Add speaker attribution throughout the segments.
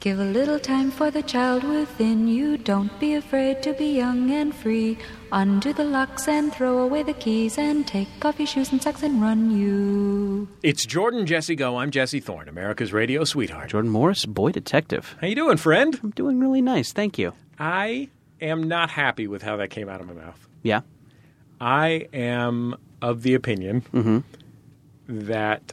Speaker 1: Give a little time for the child within you. Don't be afraid to be young and free. Undo the locks and throw away the keys and take off your shoes and socks and run you.
Speaker 2: It's Jordan Jesse Go. I'm Jesse Thorne, America's radio sweetheart.
Speaker 3: Jordan Morris, boy detective.
Speaker 2: How you doing, friend?
Speaker 3: I'm doing really nice. Thank you.
Speaker 2: I am not happy with how that came out of my mouth.
Speaker 3: Yeah.
Speaker 2: I am of the opinion
Speaker 3: Mm-hmm.
Speaker 2: that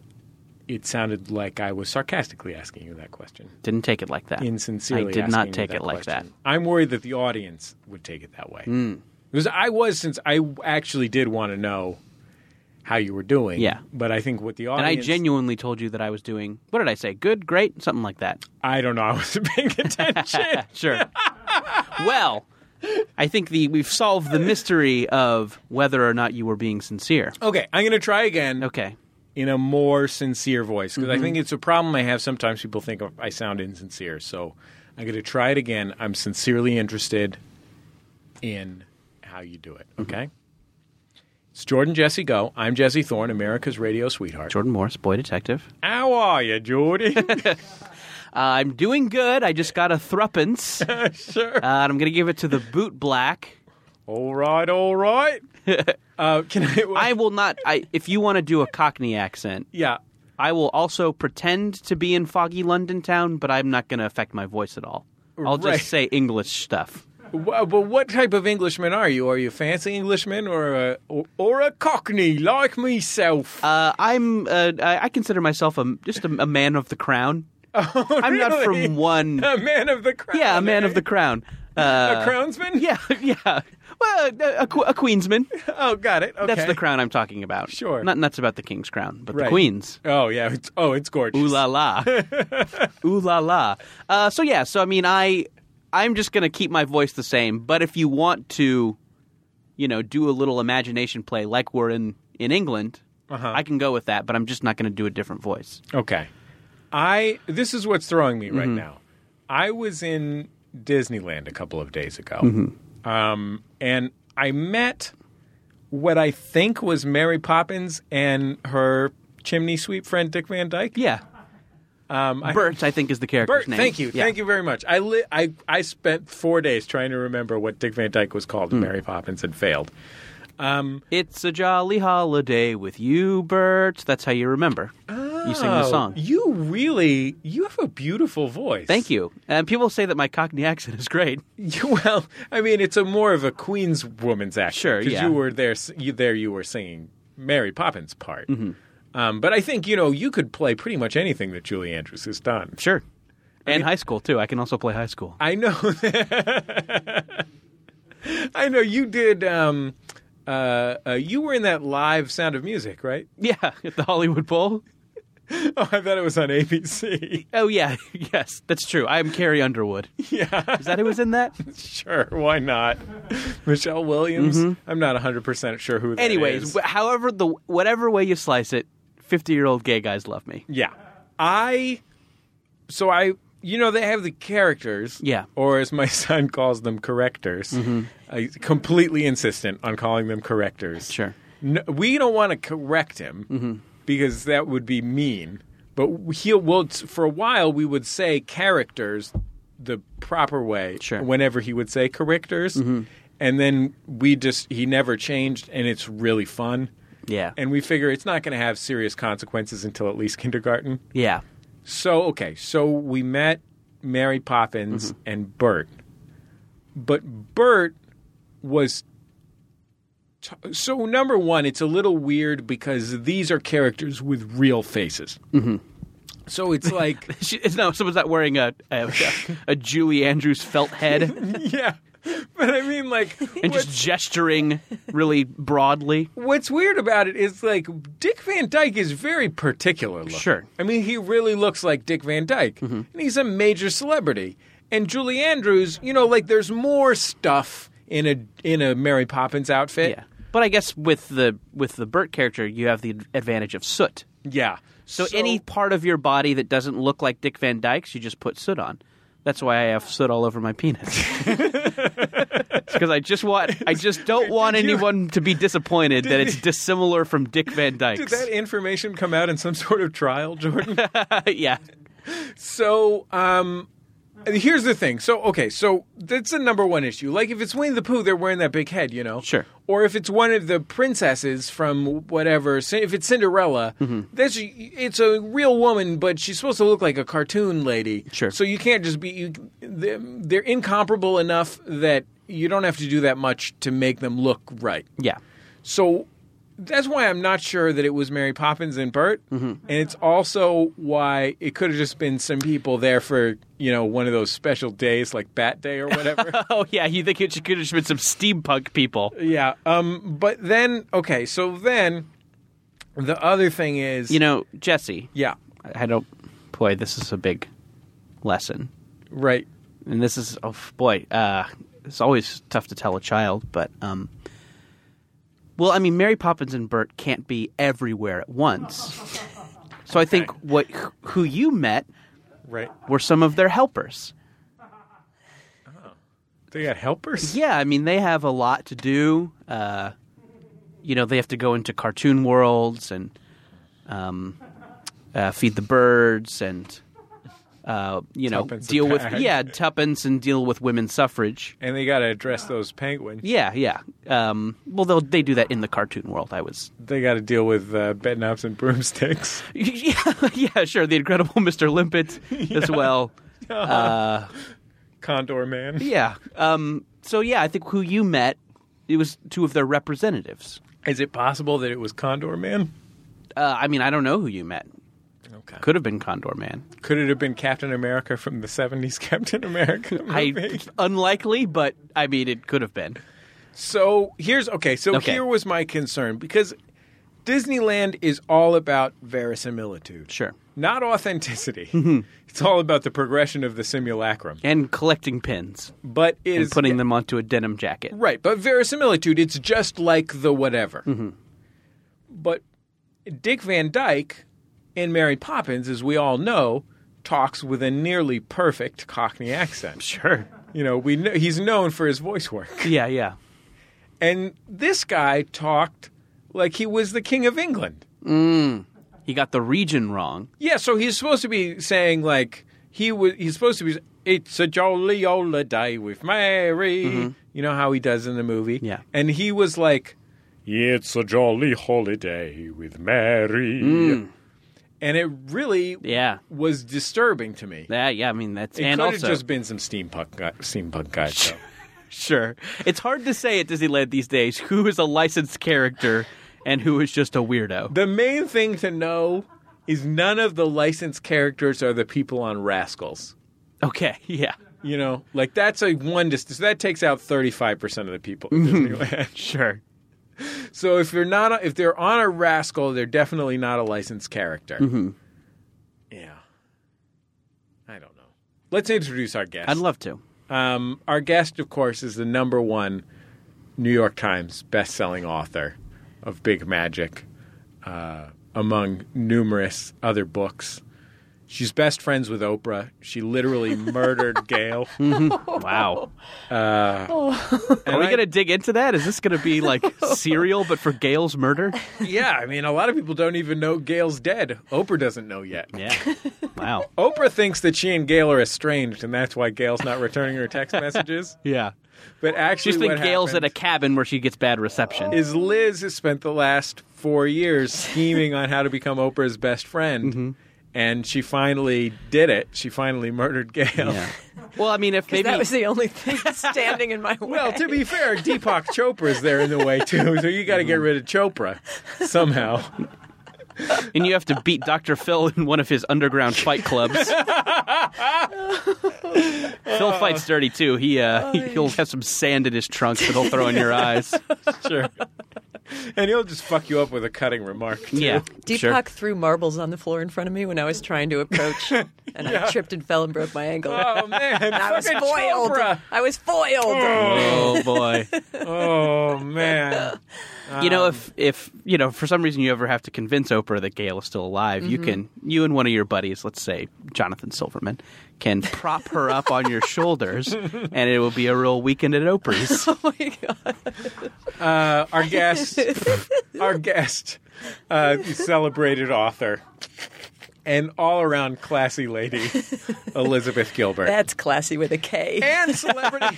Speaker 2: it sounded like I was sarcastically asking you that question.
Speaker 3: Didn't take it like that.
Speaker 2: Insincerely,
Speaker 3: I did
Speaker 2: asking
Speaker 3: not
Speaker 2: you
Speaker 3: take
Speaker 2: that
Speaker 3: it like Mm.
Speaker 2: question. I'm worried that the audience would take it that way. Because I was, since I actually did want to know how you were doing.
Speaker 3: Yeah.
Speaker 2: But I think what the
Speaker 3: that. And I
Speaker 2: audience,
Speaker 3: genuinely told you that I was doing, what did I say? Good, great, something like that.
Speaker 2: I don't know, I wasn't paying attention.
Speaker 3: Sure. well, I think the we've solved the mystery of whether or not you were being sincere.
Speaker 2: okay, I'm going to try again.
Speaker 3: Okay.
Speaker 2: in a more sincere voice because I think
Speaker 3: Mm-hmm.
Speaker 2: it's a problem I have. Sometimes people think I sound insincere, so I'm going to try it again. I'm sincerely interested in how you do it.
Speaker 3: Mm-hmm.
Speaker 2: Okay. It's Jordan Jesse Go. I'm Jesse Thorne, America's radio sweetheart.
Speaker 3: Jordan Morris, boy detective.
Speaker 2: How are you, Jordan?
Speaker 3: Uh, I'm doing good. I just got a threepence. uh,
Speaker 2: sure.
Speaker 3: and I'm going to give it to the boot black.
Speaker 2: all right, all right. uh, can I?
Speaker 3: I will not. I, if you want to do a Cockney accent,
Speaker 2: yeah.
Speaker 3: I will also pretend to be in foggy London town, but I'm not going to affect my voice at all. I'll just
Speaker 2: Right.
Speaker 3: say English stuff.
Speaker 2: uh, Well, but what type of Englishman are you? Are you a fancy Englishman or a or, or a Cockney like myself?
Speaker 3: Uh, I'm. Uh, I I consider myself a just a, a man of the crown. I'm not
Speaker 2: really?
Speaker 3: from one.
Speaker 2: a man of the crown.
Speaker 3: Yeah, a man of
Speaker 2: eh?
Speaker 3: the crown. Uh,
Speaker 2: a crownsman?
Speaker 3: Yeah, yeah. Well, a, a, que- a queensman.
Speaker 2: Oh, got it. Okay.
Speaker 3: That's the crown I'm talking about.
Speaker 2: Sure.
Speaker 3: Not nuts about the king's crown, but the
Speaker 2: Right.
Speaker 3: queen's.
Speaker 2: Oh yeah. It's, oh, it's gorgeous.
Speaker 3: Ooh la la. Ooh la la. Uh, so yeah, so I mean I I'm just gonna keep my voice the same, but if you want to, you know, do a little imagination play like we're in in England,
Speaker 2: Uh-huh.
Speaker 3: I can go with that, but I'm just not gonna do a different voice.
Speaker 2: Okay. I this is what's throwing me
Speaker 3: Mm-hmm.
Speaker 2: right now. I was in Disneyland a couple of days ago,
Speaker 3: Mm-hmm.
Speaker 2: um, and I met what I think was Mary Poppins and her chimney sweep friend Dick Van Dyke.
Speaker 3: Yeah. Um, Bert, I think, is the character's
Speaker 2: Bert,
Speaker 3: name.
Speaker 2: thank you,
Speaker 3: Yeah.
Speaker 2: thank you very much. I, li- I I spent four days trying to remember what Dick Van Dyke was called in
Speaker 3: Hmm.
Speaker 2: Mary Poppins and failed.
Speaker 3: It's a jolly holiday with you, Bert. That's how you remember. you sing the
Speaker 2: Oh,
Speaker 3: song.
Speaker 2: You really you have a beautiful voice.
Speaker 3: Thank you. And people say that my Cockney accent is great.
Speaker 2: Well, I mean, it's a more of a Queen's woman's accent.
Speaker 3: Sure, yeah.
Speaker 2: you were there. s- You, there, you were singing Mary Poppins' part.
Speaker 3: Mm-hmm.
Speaker 2: Um, but I think you know you could play pretty much anything that Julie Andrews has done.
Speaker 3: Sure. And high school, too. I can also play high school.
Speaker 2: I know. I know you did. Um, uh, uh, you were in that live Sound of Music, right?
Speaker 3: Yeah, at the Hollywood Bowl.
Speaker 2: Oh, I thought it was on ABC.
Speaker 3: Oh yeah, yes, that's true. I am Carrie Underwood.
Speaker 2: yeah,
Speaker 3: Is that who was in that?
Speaker 2: sure. Why not? Michelle Williams. I'm not 100 percent sure who. that
Speaker 3: Mm-hmm. Anyways,
Speaker 2: is.
Speaker 3: wh- however the whatever way you slice it, fifty-year-old gay guys love me.
Speaker 2: Yeah. I so I you know they have the characters.
Speaker 3: Yeah. Mm-hmm.
Speaker 2: Or as my son calls them correctors. I completely insistent on calling them correctors.
Speaker 3: Sure.
Speaker 2: No, we don't want to correct him because that would be mean. But he'll well for a while we would say characters the proper way
Speaker 3: Sure.
Speaker 2: whenever he would say correctors. And then we just he never changed and it's really fun.
Speaker 3: Yeah,
Speaker 2: And we figure it's not going to have serious consequences until at least kindergarten.
Speaker 3: yeah,
Speaker 2: So okay, so we met Mary Poppins and Bert, but Bert was t- so number one. It's a little weird because these are characters with real faces. Mm-hmm. So it's like,
Speaker 3: she, it's- no, someone's not wearing a a, a Julie Andrews felt head and
Speaker 2: yeah, but I mean, like,
Speaker 3: just gesturing really broadly.
Speaker 2: What's weird about it is like Dick Van Dyke is very particular looking.
Speaker 3: Sure. Mm-hmm.
Speaker 2: I mean, he really looks like Dick Van Dyke, and he's a major celebrity. And Julie Andrews, you know, like there's more stuff in a in a Mary Poppins outfit.
Speaker 3: Yeah, but I guess with the with the Bert character, you have the advantage of soot.
Speaker 2: Yeah.
Speaker 3: So, any part of your body that doesn't look like Dick Van Dyke's, you just put soot on. That's why I have soot all over my penis. Because I just want, I just don't want
Speaker 2: did you-
Speaker 3: anyone to be disappointed that
Speaker 2: Did
Speaker 3: it's
Speaker 2: you-
Speaker 3: dissimilar from Dick Van
Speaker 2: did
Speaker 3: Dyke's.
Speaker 2: that information come out in some sort of trial, Jordan?
Speaker 3: yeah,
Speaker 2: so, um, Here's the thing. So okay, so that's the number one issue. Like if it's Winnie the Pooh, they're wearing that big head, you know.
Speaker 3: Sure.
Speaker 2: Or if it's one of the princesses from whatever, Cin- if it's Cinderella,
Speaker 3: Mm-hmm.
Speaker 2: that's it's a real woman, but she's supposed to look like a cartoon lady.
Speaker 3: Sure.
Speaker 2: So you can't just be. You, they're, they're incomparable enough that you don't have to do that much to make them look right.
Speaker 3: Yeah.
Speaker 2: So that's why I'm not sure that it was Mary Poppins and Bert,
Speaker 3: Mm-hmm.
Speaker 2: and it's also why it could have just been some people there for you know one of those special days like Bat Day or whatever.
Speaker 3: Oh yeah, you think it could have just been some steampunk people?
Speaker 2: yeah. Um. But then, okay. So then, the other thing is,
Speaker 3: You know, Jesse.
Speaker 2: yeah,
Speaker 3: I I don't. Boy, this is a big lesson,
Speaker 2: right.
Speaker 3: and this is oh f- boy, uh, it's always tough to tell a child, but um, well, I mean, Mary Poppins and Bert can't be everywhere at once. So I think what wh- who you met
Speaker 2: Right.
Speaker 3: were some of their helpers.
Speaker 2: They got helpers.
Speaker 3: Yeah, I mean, they have a lot to do. Uh, you know, they have to go into cartoon worlds and um, uh, feed the birds and, uh, you know,
Speaker 2: Tuppence a
Speaker 3: deal with,
Speaker 2: bag.
Speaker 3: yeah, tuppence and deal with women's suffrage.
Speaker 2: And they got to address those penguins.
Speaker 3: Yeah, yeah. Um, well, they'll, they do that in the cartoon world, I was.
Speaker 2: They got to deal with uh, bedknobs and broomsticks.
Speaker 3: yeah, yeah, sure. The Incredible Mr. Limpet as well.
Speaker 2: Condor man.
Speaker 3: Yeah. Um, so, yeah, I think who you met, it was two of their representatives.
Speaker 2: Is it possible that it was Condor man?
Speaker 3: Uh, I mean, I don't know who you met.
Speaker 2: Okay.
Speaker 3: Could have been Condor Man.
Speaker 2: Could it have been Captain America from the '70s Captain America movie?
Speaker 3: I unlikely, but I mean it could have been.
Speaker 2: so here's okay. So
Speaker 3: Okay.
Speaker 2: here was my concern because Disneyland is all about verisimilitude,
Speaker 3: Sure.
Speaker 2: not authenticity. It's all about the progression of the simulacrum,
Speaker 3: And collecting pins
Speaker 2: but it
Speaker 3: and
Speaker 2: is-
Speaker 3: putting them onto a denim jacket.
Speaker 2: right. But verisimilitude, it's just like the whatever. But Dick Van Dyke in Mary Poppins, as we all know, talks with a nearly perfect Cockney accent.
Speaker 3: Sure.
Speaker 2: You know, we know, he's known for his voice work.
Speaker 3: Yeah, yeah.
Speaker 2: And this guy talked like he was the king of England.
Speaker 3: He got the region wrong.
Speaker 2: Yeah, so he's supposed to be saying like he was. He's supposed to be. It's a jolly old day with Mary. You know how he does in the movie.
Speaker 3: Mm-hmm. Yeah.
Speaker 2: and he was like,
Speaker 4: It's a jolly holiday with Mary.
Speaker 2: and it really
Speaker 3: Mm. Yeah.
Speaker 2: was disturbing to me.
Speaker 3: Yeah, yeah, I mean that's
Speaker 2: it
Speaker 3: and
Speaker 2: could
Speaker 3: also
Speaker 2: have just been some steampunk guy, steampunk guy. Though.
Speaker 3: sure. It's hard to say at Disneyland these days who is a licensed character and who is just a weirdo.
Speaker 2: the main thing to know is none of the licensed characters are the people on Rascals.
Speaker 3: Okay, yeah.
Speaker 2: You know, like that's a one distance. That takes out thirty five percent of the people in
Speaker 3: Mm-hmm.
Speaker 2: Disneyland.
Speaker 3: Sure.
Speaker 2: so if you're not, a, if they're on a rascal, they're definitely not a licensed character. Yeah, I don't know. Let's introduce our guest.
Speaker 3: I'd love to.
Speaker 2: um, our guest, of course, is the number one New York Times best-selling author of Big Magic, uh, among numerous other books. She's best friends with Oprah. She literally murdered Gail.
Speaker 3: Wow.
Speaker 2: Uh, And
Speaker 3: Are we
Speaker 2: I-
Speaker 3: going to dig into that? Is this going to be like serial but for Gail's murder?
Speaker 2: Yeah, I mean, a lot of people don't even know Gail's dead. Oprah doesn't know yet.
Speaker 3: Yeah. Wow.
Speaker 2: Oprah thinks that she and Gail are estranged, and that's why Gail's not returning her text messages.
Speaker 3: Yeah.
Speaker 2: But actually,
Speaker 3: Just think
Speaker 2: what
Speaker 3: Gail's at a
Speaker 2: happened
Speaker 3: cabin where she gets bad reception.
Speaker 2: is Liz has spent the last four years scheming on how to become Oprah's best friend,
Speaker 3: Mm-hmm.
Speaker 2: and she finally did it. She finally murdered Gail.
Speaker 3: Yeah. Well, I mean, if maybe
Speaker 5: That was the only thing standing in my way.
Speaker 2: Well, to be fair, Deepak Chopra's there in the way too, so you got to get
Speaker 3: Mm-hmm.
Speaker 2: rid of Chopra somehow.
Speaker 3: and you have to beat Dr. Phil in one of his underground fight clubs. Phil fights dirty too. He uh, he'll have some sand in his trunk that he'll throw in your eyes.
Speaker 2: Sure. And he'll just fuck you up with a cutting remark. Too.
Speaker 3: Yeah,
Speaker 5: Deepak
Speaker 3: sure.
Speaker 5: threw marbles on the floor in front of me when I was trying to approach, and I tripped and fell and broke my ankle.
Speaker 2: Oh man,
Speaker 5: I was
Speaker 2: Fucking
Speaker 5: foiled.
Speaker 2: Chopra.
Speaker 5: I was foiled.
Speaker 3: Oh boy!
Speaker 2: Oh man,
Speaker 3: you know if if you know for some reason you ever have to convince Oprah that Gail is still alive, you can you and one of your buddies, let's say Jonathan Silverman, can prop her up on your shoulders, and it will be a real weekend at Oprah's.
Speaker 5: Oh my god!
Speaker 2: uh, our guest, our guest, uh, the celebrated author and all around classy lady, Elizabeth Gilbert.
Speaker 5: That's classy with a K.
Speaker 2: and celebrity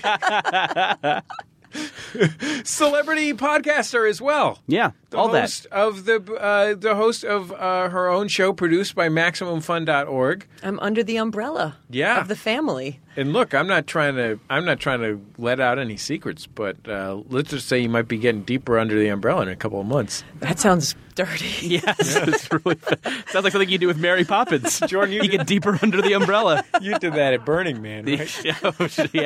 Speaker 2: celebrity podcaster as well.
Speaker 3: Yeah,
Speaker 2: The
Speaker 3: all
Speaker 2: host of the uh, the host of uh, her own show produced by MaximumFun.org.
Speaker 5: I'm under the umbrella
Speaker 2: Yeah.
Speaker 5: of the family.
Speaker 2: And look, I'm not trying to I'm not trying to let out any secrets, but uh, let's just say you might be getting deeper under the umbrella in a couple of months.
Speaker 5: That sounds dirty.
Speaker 3: that. Yes, it's really sounds like something you do with Mary Poppins.
Speaker 2: Jordan, you
Speaker 3: you get deeper under the umbrella.
Speaker 2: You did that at Burning Man, right?
Speaker 3: yeah,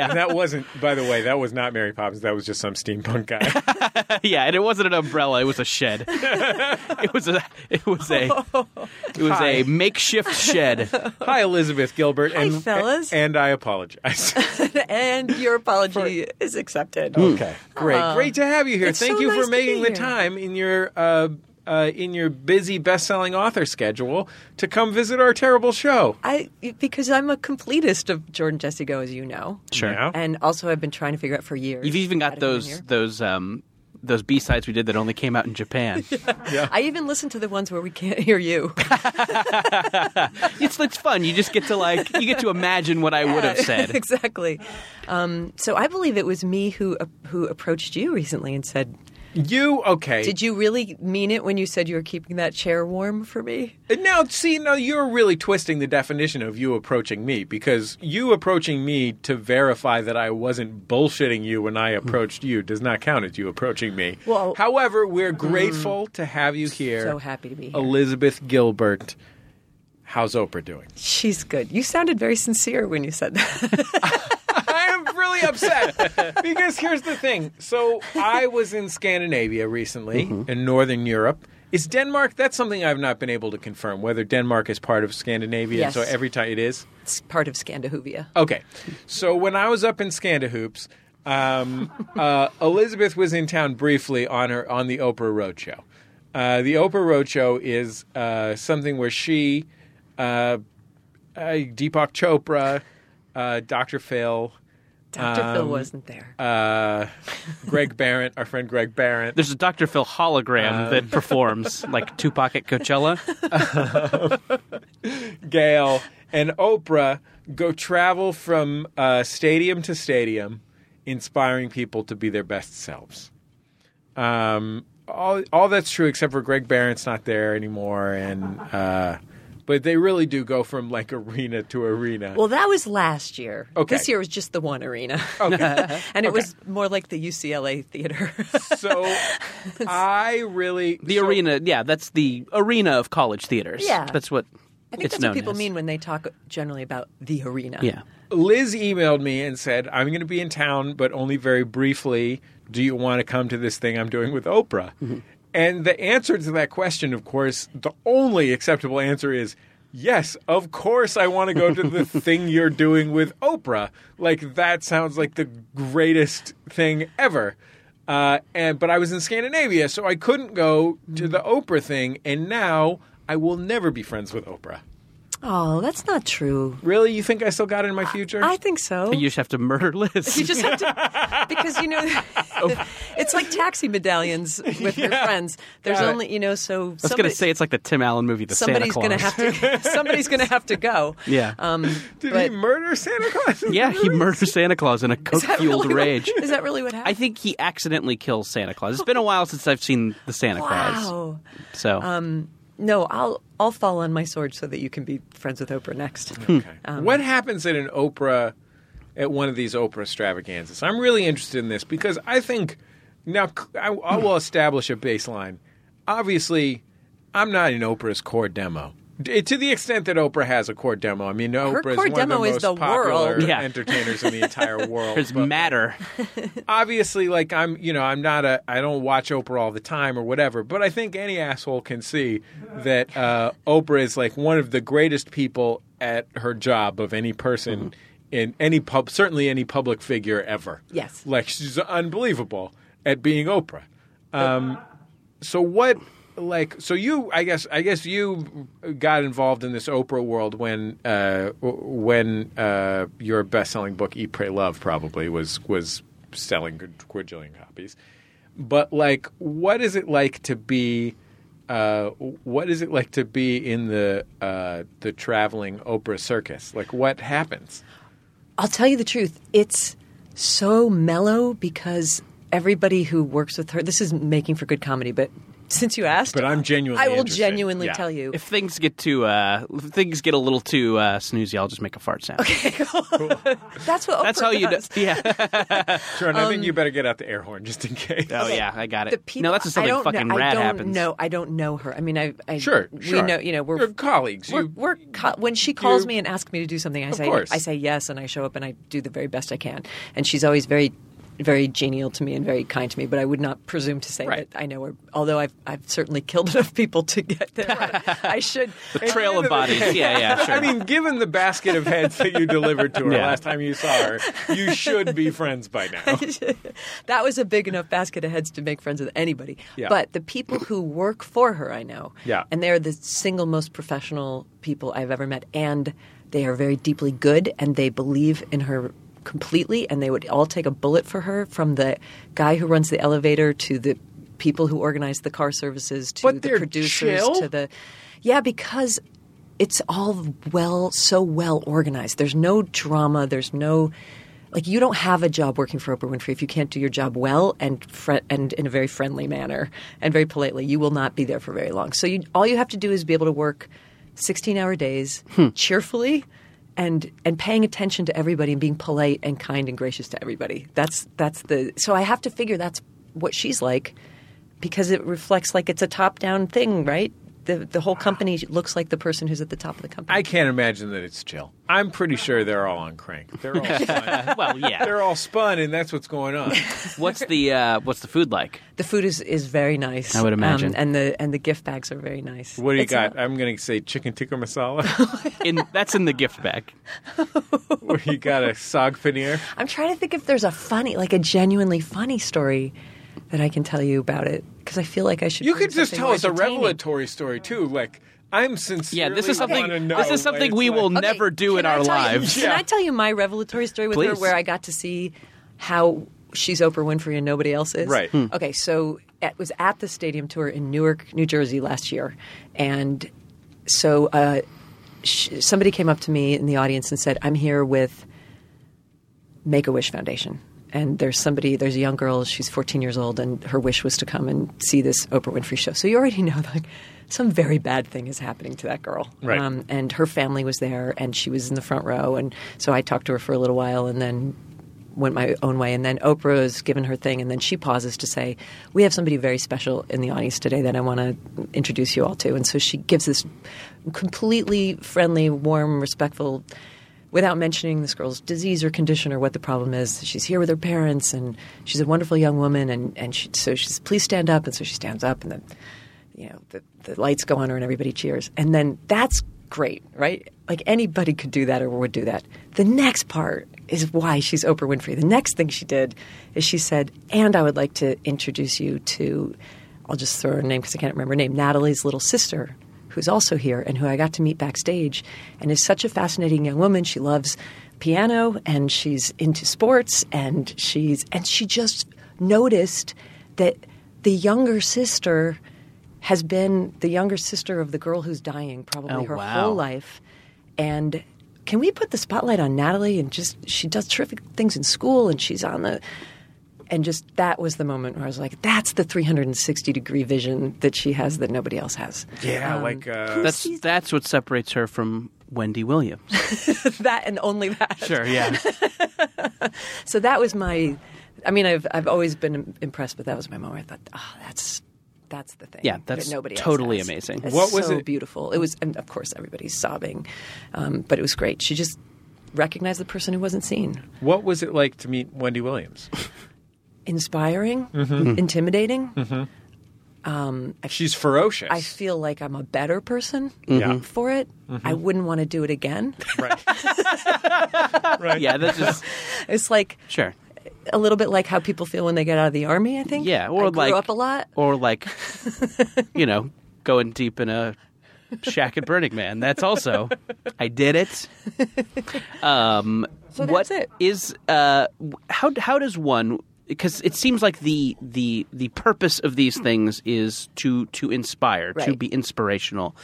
Speaker 2: And that wasn't, by the way, that was not Mary Poppins. That was just some steampunk guy.
Speaker 3: yeah, and it wasn't an umbrella; it was a shed. it was a, it was a, it was a makeshift shed.
Speaker 2: Hi, Elizabeth Gilbert. Hi, and,
Speaker 5: fellas.
Speaker 2: And I apologize.
Speaker 5: and your apology is accepted.
Speaker 3: Hmm.
Speaker 2: Okay, great, great to have you here.
Speaker 5: Um, It's
Speaker 2: Thank
Speaker 5: so
Speaker 2: you
Speaker 5: nice
Speaker 2: for
Speaker 5: to
Speaker 2: making
Speaker 5: be
Speaker 2: the
Speaker 5: here.
Speaker 2: time in your uh, uh, in your busy best-selling author schedule to come visit our terrible show.
Speaker 5: I because I'm a completist of Jordan Jessigo, as you know,
Speaker 3: Sure.
Speaker 2: Yeah.
Speaker 5: and also I've been trying to figure out for years.
Speaker 3: You've even
Speaker 5: how
Speaker 3: got
Speaker 5: to get in
Speaker 3: those
Speaker 5: here.
Speaker 3: those um those B sides we did that only came out in Japan.
Speaker 5: I even listened to the ones where we can't hear you.
Speaker 3: It's it's fun. You just get to like you get to imagine what I would have said.
Speaker 5: exactly. Um, so I believe it was me who uh, who approached you recently and said,
Speaker 2: You okay?
Speaker 5: "Did you really mean it when you said you were keeping that chair warm for me?"
Speaker 2: Now, see, now you're really twisting the definition of you approaching me because you approaching me to verify that I wasn't bullshitting you when I approached you does not count as you approaching me.
Speaker 5: Well- mm,
Speaker 2: However, we're grateful to have you here.
Speaker 5: So happy to be here.
Speaker 2: Elizabeth Gilbert. How's Oprah doing?
Speaker 5: She's good. You sounded very sincere when you said that.
Speaker 2: I am really upset because here's the thing. So I was in Scandinavia recently in Northern Europe. Is Denmark? That's something I've not been able to confirm whether Denmark is part of Scandinavia.
Speaker 5: Yes.
Speaker 2: So every time it is.
Speaker 5: it's part of Scandahuvia.
Speaker 2: Okay. So when I was up in Scandahoops, um, uh, Elizabeth was in town briefly on her on the Oprah Roadshow. Uh, the Oprah Roadshow is uh, something where she, uh, uh, Deepak Chopra, uh, Dr. Phil,
Speaker 5: Dr.
Speaker 3: Um,
Speaker 5: Phil wasn't there.
Speaker 2: uh, Greg Barrett, our friend Greg Barrett.
Speaker 3: There's a Dr. Phil hologram
Speaker 2: Uh.
Speaker 3: that performs like Tupac at Coachella.
Speaker 2: Gail and Oprah go travel from uh, stadium to stadium, inspiring people to be their best selves. Um, all, all that's true except for Greg Barrett's not there anymore, and uh, but they really do go from like arena to arena.
Speaker 5: well, that was last year.
Speaker 2: Okay.
Speaker 5: This year was just the one arena.
Speaker 2: Okay.
Speaker 5: and it was more like the UCLA theater.
Speaker 2: so I really
Speaker 3: The
Speaker 2: so-
Speaker 3: arena, yeah, that's the arena of college theaters.
Speaker 5: Yeah.
Speaker 3: that's what
Speaker 5: I think
Speaker 3: it's
Speaker 5: that's
Speaker 3: known
Speaker 5: what people
Speaker 3: as.
Speaker 5: mean when they talk generally about the arena.
Speaker 3: Yeah,
Speaker 2: Liz emailed me and said, I'm going to be in town, but only very briefly. Do you want to come to this thing I'm doing with Oprah? And the answer to that question, of course, the only acceptable answer is yes, of course I want to go to the thing you're doing with Oprah. Like, that sounds like the greatest thing ever. Uh, and but I was in Scandinavia, so I couldn't go to the Oprah thing, and now I will never be friends with Oprah.
Speaker 5: Oh, that's not true.
Speaker 2: Really, you think I still got it in my future?
Speaker 5: I think so.
Speaker 3: you just have to murder Liz.
Speaker 5: You just have to because you know it's like taxi medallions with your friends. There's
Speaker 2: Got it.
Speaker 5: only you know so
Speaker 3: I was going to say it's like the Tim Allen movie, The
Speaker 5: somebody's
Speaker 3: Santa
Speaker 5: gonna
Speaker 3: Claus.
Speaker 5: have to somebody's gonna have to go.
Speaker 3: Yeah.
Speaker 5: Um,
Speaker 2: Did
Speaker 5: but
Speaker 2: he murder Santa Claus?
Speaker 3: yeah, he murders Santa Claus in a
Speaker 5: is
Speaker 3: coke
Speaker 5: that
Speaker 3: fueled
Speaker 5: really what-
Speaker 3: rage.
Speaker 5: Is that really what happened?
Speaker 3: I think he accidentally kills Santa Claus. It's been a while since I've seen the Santa Claus.
Speaker 5: Wow.
Speaker 3: So
Speaker 5: Um, No, I'll I'll fall on my sword so that you can be friends with Oprah next.
Speaker 3: Hmm.
Speaker 2: what happens at an Oprah, at one of these Oprah extravaganzas? I'm really interested in this because I think now c- I, I will establish a baseline. Obviously, I'm not in Oprah's core demo. D- To the extent that Oprah has a core demo, I mean, Oprah
Speaker 5: core
Speaker 2: is one of the
Speaker 5: demo is
Speaker 2: most
Speaker 5: the
Speaker 2: popular
Speaker 5: world.
Speaker 3: Yeah.
Speaker 2: entertainers in the entire world.
Speaker 3: there's
Speaker 2: but-
Speaker 3: matter.
Speaker 2: obviously like I'm you know I'm not a I don't watch Oprah all the time or whatever, but I think any asshole can see that uh, Oprah is like one of the greatest people at her job of any person in any pub certainly any public figure ever.
Speaker 5: Yes.
Speaker 2: like she's unbelievable at being Oprah. Um, so what? Like so, you I guess I guess you got involved in this Oprah world when uh, w- when uh, your best selling book Eat Pray Love probably was was selling quadrillion copies. But like, what is it like to be uh, what is it like to be in the uh, the traveling Oprah circus? Like, what happens?
Speaker 5: I'll tell you the truth. It's so mellow because everybody who works with her. This is making for good comedy, but since you asked,
Speaker 2: But I'm genuinely
Speaker 5: I will
Speaker 2: interested.
Speaker 5: genuinely
Speaker 2: Yeah.
Speaker 5: tell you.
Speaker 3: If things get too uh, if things get a little too uh, snoozy, I'll just make a fart sound.
Speaker 5: that's what.
Speaker 3: That's
Speaker 5: Oprah
Speaker 3: how you. Do,
Speaker 5: does.
Speaker 3: yeah.
Speaker 2: Sharon, I think you better get out the air horn just in case.
Speaker 3: Oh yeah, I got it.
Speaker 5: The people,
Speaker 3: no, that's just
Speaker 5: I
Speaker 3: something
Speaker 5: don't
Speaker 3: fucking
Speaker 5: know, I
Speaker 3: rad
Speaker 5: don't
Speaker 3: happens.
Speaker 5: Know, I don't know her. I mean, I, I
Speaker 2: Sure,
Speaker 5: we
Speaker 2: sure.
Speaker 5: know. You know, we're
Speaker 2: You're colleagues.
Speaker 5: We're,
Speaker 2: You-
Speaker 5: we're co- when she calls
Speaker 2: you-
Speaker 5: me and asks me to do something, I say
Speaker 2: course.
Speaker 5: I say yes, and I show up and I do the very best I can. And she's always very, very genial to me and very kind to me. But I would not presume to say
Speaker 2: Right.
Speaker 5: that I know her. Although I've I've certainly killed enough people to get there. I should.
Speaker 3: the trail of bodies. Yeah, yeah, sure.
Speaker 2: I mean, given the basket of heads that you delivered to her
Speaker 3: Yeah.
Speaker 2: last time you saw her, you should be friends by now.
Speaker 5: that was a big enough basket of heads to make friends with anybody.
Speaker 2: Yeah.
Speaker 5: But the people who work for her, I know.
Speaker 2: Yeah.
Speaker 5: And they're the single most professional people I've ever met. And they are very deeply good and they believe in her completely. And they would all take a bullet for her from the guy who runs the elevator to the people who organize the car services to
Speaker 2: But
Speaker 5: the
Speaker 2: they're
Speaker 5: producers
Speaker 2: chill?
Speaker 5: to the. Yeah, because it's all well so well organized there's no drama there's no like you don't have a job working for Oprah Winfrey if you can't do your job well and fr- and in a very friendly manner and very politely you will not be there for very long so you all you have to do is be able to work 16 hour days
Speaker 2: Hmm.
Speaker 5: cheerfully and and paying attention to everybody and being polite and kind and gracious to everybody that's that's the so i have to figure that's what she's like because it reflects like it's a top down thing right the the whole company looks like the person who's at the top of the company
Speaker 2: I can't imagine that it's chill. I'm pretty sure they're all on crank. They're all spun.
Speaker 3: well, yeah.
Speaker 2: they're all spun, and that's what's going on.
Speaker 3: What's the uh, what's the food like?
Speaker 5: The food is, is very nice. um,
Speaker 3: I would imagine.
Speaker 5: and the and the gift bags are very nice.
Speaker 2: What do you
Speaker 5: It's
Speaker 2: got?
Speaker 5: not-
Speaker 2: I'm going to say chicken tikka masala.
Speaker 3: In that's in the gift bag.
Speaker 2: Where you got a sog paneer.
Speaker 5: I'm trying to think if there's a funny, like a genuinely funny story that I can tell you about it because I feel like I should.
Speaker 2: You
Speaker 5: bring
Speaker 2: could just
Speaker 5: something
Speaker 2: tell
Speaker 5: more
Speaker 2: us a
Speaker 5: entertaining.
Speaker 2: revelatory story too. Like I'm sincerely.
Speaker 3: Yeah, this is something.
Speaker 2: wanna know
Speaker 3: This
Speaker 2: what
Speaker 3: is something
Speaker 2: it's
Speaker 3: we will
Speaker 2: like.
Speaker 5: Okay,
Speaker 3: never do
Speaker 5: can
Speaker 3: in
Speaker 5: I
Speaker 3: our
Speaker 5: tell you-
Speaker 3: lives.
Speaker 5: Can I tell you my revelatory story with her,
Speaker 3: Please.
Speaker 5: where I got to see how she's Oprah Winfrey and nobody else is?
Speaker 2: Right. Hmm.
Speaker 5: Okay, so it was at the stadium tour in Newark, New Jersey last year, and so uh, sh- somebody came up to me in the audience and said, "I'm here with." Make a Wish Foundation. And there's somebody, there's a young girl, she's 14 years old, and her wish was to come and see this Oprah Winfrey show. So you already know, like, some very bad thing is happening to that girl. Um,
Speaker 2: Right.
Speaker 5: and her family was there, and she was in the front row. And so I talked to her for a little while, and then went my own way. And then Oprah is given her thing, and then she pauses to say, "We have somebody very special in the audience today that I want to introduce you all to." And so she gives this completely friendly, warm, respectful, without mentioning this girl's disease or condition or what the problem is. She's here with her parents, and she's a wonderful young woman. And and she, so she says, "Please stand up." And so she stands up, and then you know the, the lights go on her, and everybody cheers. And then that's great, right? Like anybody could do that or would do that. The next part is why she's Oprah Winfrey. The next thing she did is she said, "And I would like to introduce you to, I'll just throw her name because I can't remember her name, Natalie's little sister, who's also here and who I got to meet backstage, and is such a fascinating young woman. She loves piano and she's into sports and she's and she just noticed that the younger sister has been the younger sister of the girl who's dying probably
Speaker 3: Oh,
Speaker 5: her
Speaker 3: wow.
Speaker 5: whole life. And can we put the spotlight on Natalie and just she does terrific things in school and she's on the and just that was the moment where I was like, that's the 360 degree vision that she has that nobody else has.
Speaker 2: Yeah,
Speaker 5: Um,
Speaker 2: like uh,
Speaker 3: That's that's what separates her from Wendy Williams.
Speaker 5: that and only that.
Speaker 3: Sure. Yeah.
Speaker 5: So that was my. I mean, I've I've always been im- impressed, but that was my moment. where I thought, oh, that's that's the thing.
Speaker 3: Yeah, that's
Speaker 5: that nobody else
Speaker 3: totally
Speaker 5: has."
Speaker 3: amazing.
Speaker 5: It's
Speaker 2: What was
Speaker 5: so
Speaker 2: it-
Speaker 5: beautiful. It was, and of course, everybody's sobbing, um, but it was great. She just recognized the person who wasn't seen.
Speaker 2: what was it like to meet Wendy Williams?
Speaker 5: Inspiring, Mm-hmm. intimidating.
Speaker 2: She's ferocious.
Speaker 5: I feel like I'm a better person
Speaker 3: Mm-hmm.
Speaker 2: Yeah.
Speaker 5: for it. I wouldn't want to do it again.
Speaker 2: right.
Speaker 3: Yeah. That's just
Speaker 5: it's like
Speaker 3: sure.
Speaker 5: a little bit like how people feel when they get out of the army. I think.
Speaker 3: Yeah. Or
Speaker 5: I grew
Speaker 3: like
Speaker 5: up a lot.
Speaker 3: Or like, you know, going deep in a shack at Burning Man. That's also. I did it. Um.
Speaker 5: So
Speaker 3: what
Speaker 5: that's it.
Speaker 3: is uh? How how does one because it seems like the the the purpose of these things is to to inspire, to
Speaker 5: Right.
Speaker 3: be inspirational.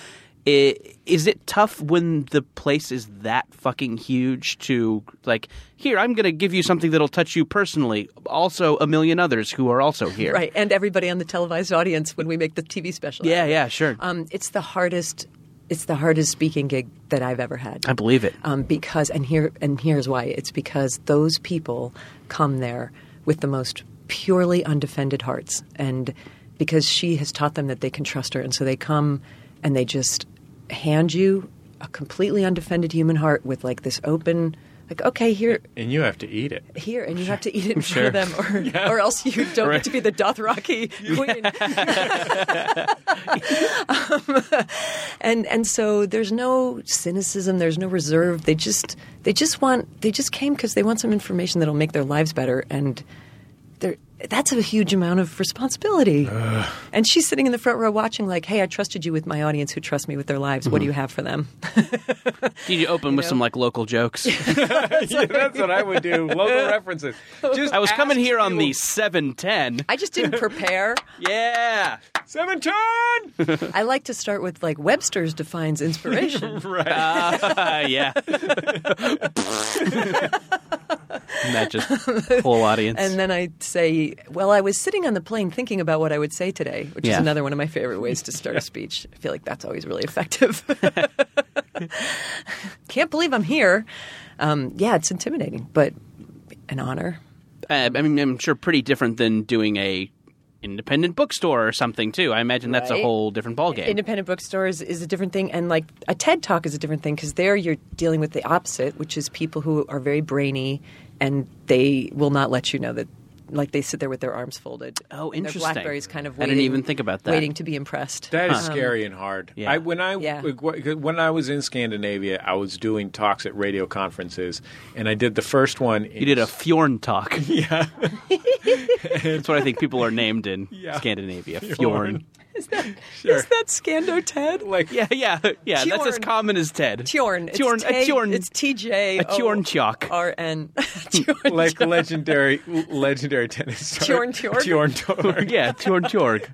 Speaker 3: I- Is it tough when the place is that fucking huge to like here I'm going to give you something that'll touch you personally, also a million others who are also here.
Speaker 5: Right, and everybody on the televised audience when we make the TV special.
Speaker 3: Yeah, yeah, sure.
Speaker 5: Um, it's the hardest. It's the hardest speaking gig that I've ever had.
Speaker 3: I believe it.
Speaker 5: um, because and here and here's why it's because those people come there with the most purely undefended hearts and because she has taught them that they can trust her and so they come and they just hand you a completely undefended human heart with like this open like okay here
Speaker 2: and you have to eat it.
Speaker 5: here and you have to eat it in front of them or, or else you don't get to be the Dothraki queen. Um, and and so there's no cynicism, there's no reserve. They just they just want they just came because they want some information that'll make their lives better and they're that's a huge amount of responsibility. And she's sitting in the front row watching like, "Hey, I trusted you with my audience who trust me with their lives. What do you have for them?"
Speaker 3: Did you open with some like local jokes?
Speaker 2: Yeah, that's what I would do. Local references. Just
Speaker 3: I was
Speaker 2: ask
Speaker 3: coming here on
Speaker 2: you-
Speaker 3: the 710.
Speaker 5: I just didn't prepare.
Speaker 3: Yeah.
Speaker 2: seven ton.
Speaker 5: I like to start with like Webster's defines inspiration.
Speaker 3: Uh, yeah. and that just whole audience.
Speaker 5: And then I'd say, Well, I was sitting on the plane thinking about what I would say today, which
Speaker 3: Yeah.
Speaker 5: is another one of my favorite ways to start a speech. I feel like that's always really effective. Can't believe I'm here. Um, yeah, it's intimidating, but an honor.
Speaker 3: uh, I mean, I'm sure pretty different than doing a independent bookstore or something too. I imagine that's a
Speaker 5: Right.
Speaker 3: whole different ballgame.
Speaker 5: Independent bookstores is a different thing, and like a TED Talk is a different thing because there you're dealing with the opposite, which is people who are very brainy and they will not let you know that. Like they sit there with their arms folded.
Speaker 3: Oh, interesting.
Speaker 5: Their blackberries kind of
Speaker 3: I
Speaker 5: waiting.
Speaker 3: didn't even think about that.
Speaker 5: Waiting to be impressed. Um,
Speaker 2: That is scary and hard.
Speaker 3: Um, Yeah.
Speaker 2: I, when I
Speaker 5: Yeah.
Speaker 2: when I was in Scandinavia, I was doing talks at radio conferences, and I did the first one.
Speaker 3: you did a Fjorn talk. Yeah. that's what I think people are named in
Speaker 2: Yeah.
Speaker 3: Scandinavia. Fjorn.
Speaker 5: Is that is
Speaker 2: Sure.
Speaker 5: that Scando Ted?
Speaker 2: like
Speaker 3: Yeah, yeah, yeah. That's as
Speaker 5: Tjorn.
Speaker 3: common as Ted.
Speaker 5: Tjorn. It's
Speaker 3: Tjorn.
Speaker 5: T-
Speaker 3: a Tjorn.
Speaker 5: It's TJ.
Speaker 3: a Tjorn Chalk.
Speaker 5: R N. Tjorn
Speaker 2: like
Speaker 5: Chalk.
Speaker 2: legendary legendary tennis star
Speaker 5: Tjorn Tjorg?
Speaker 2: Tjorn Tjorg.
Speaker 3: yeah, Tjorn Tjorg.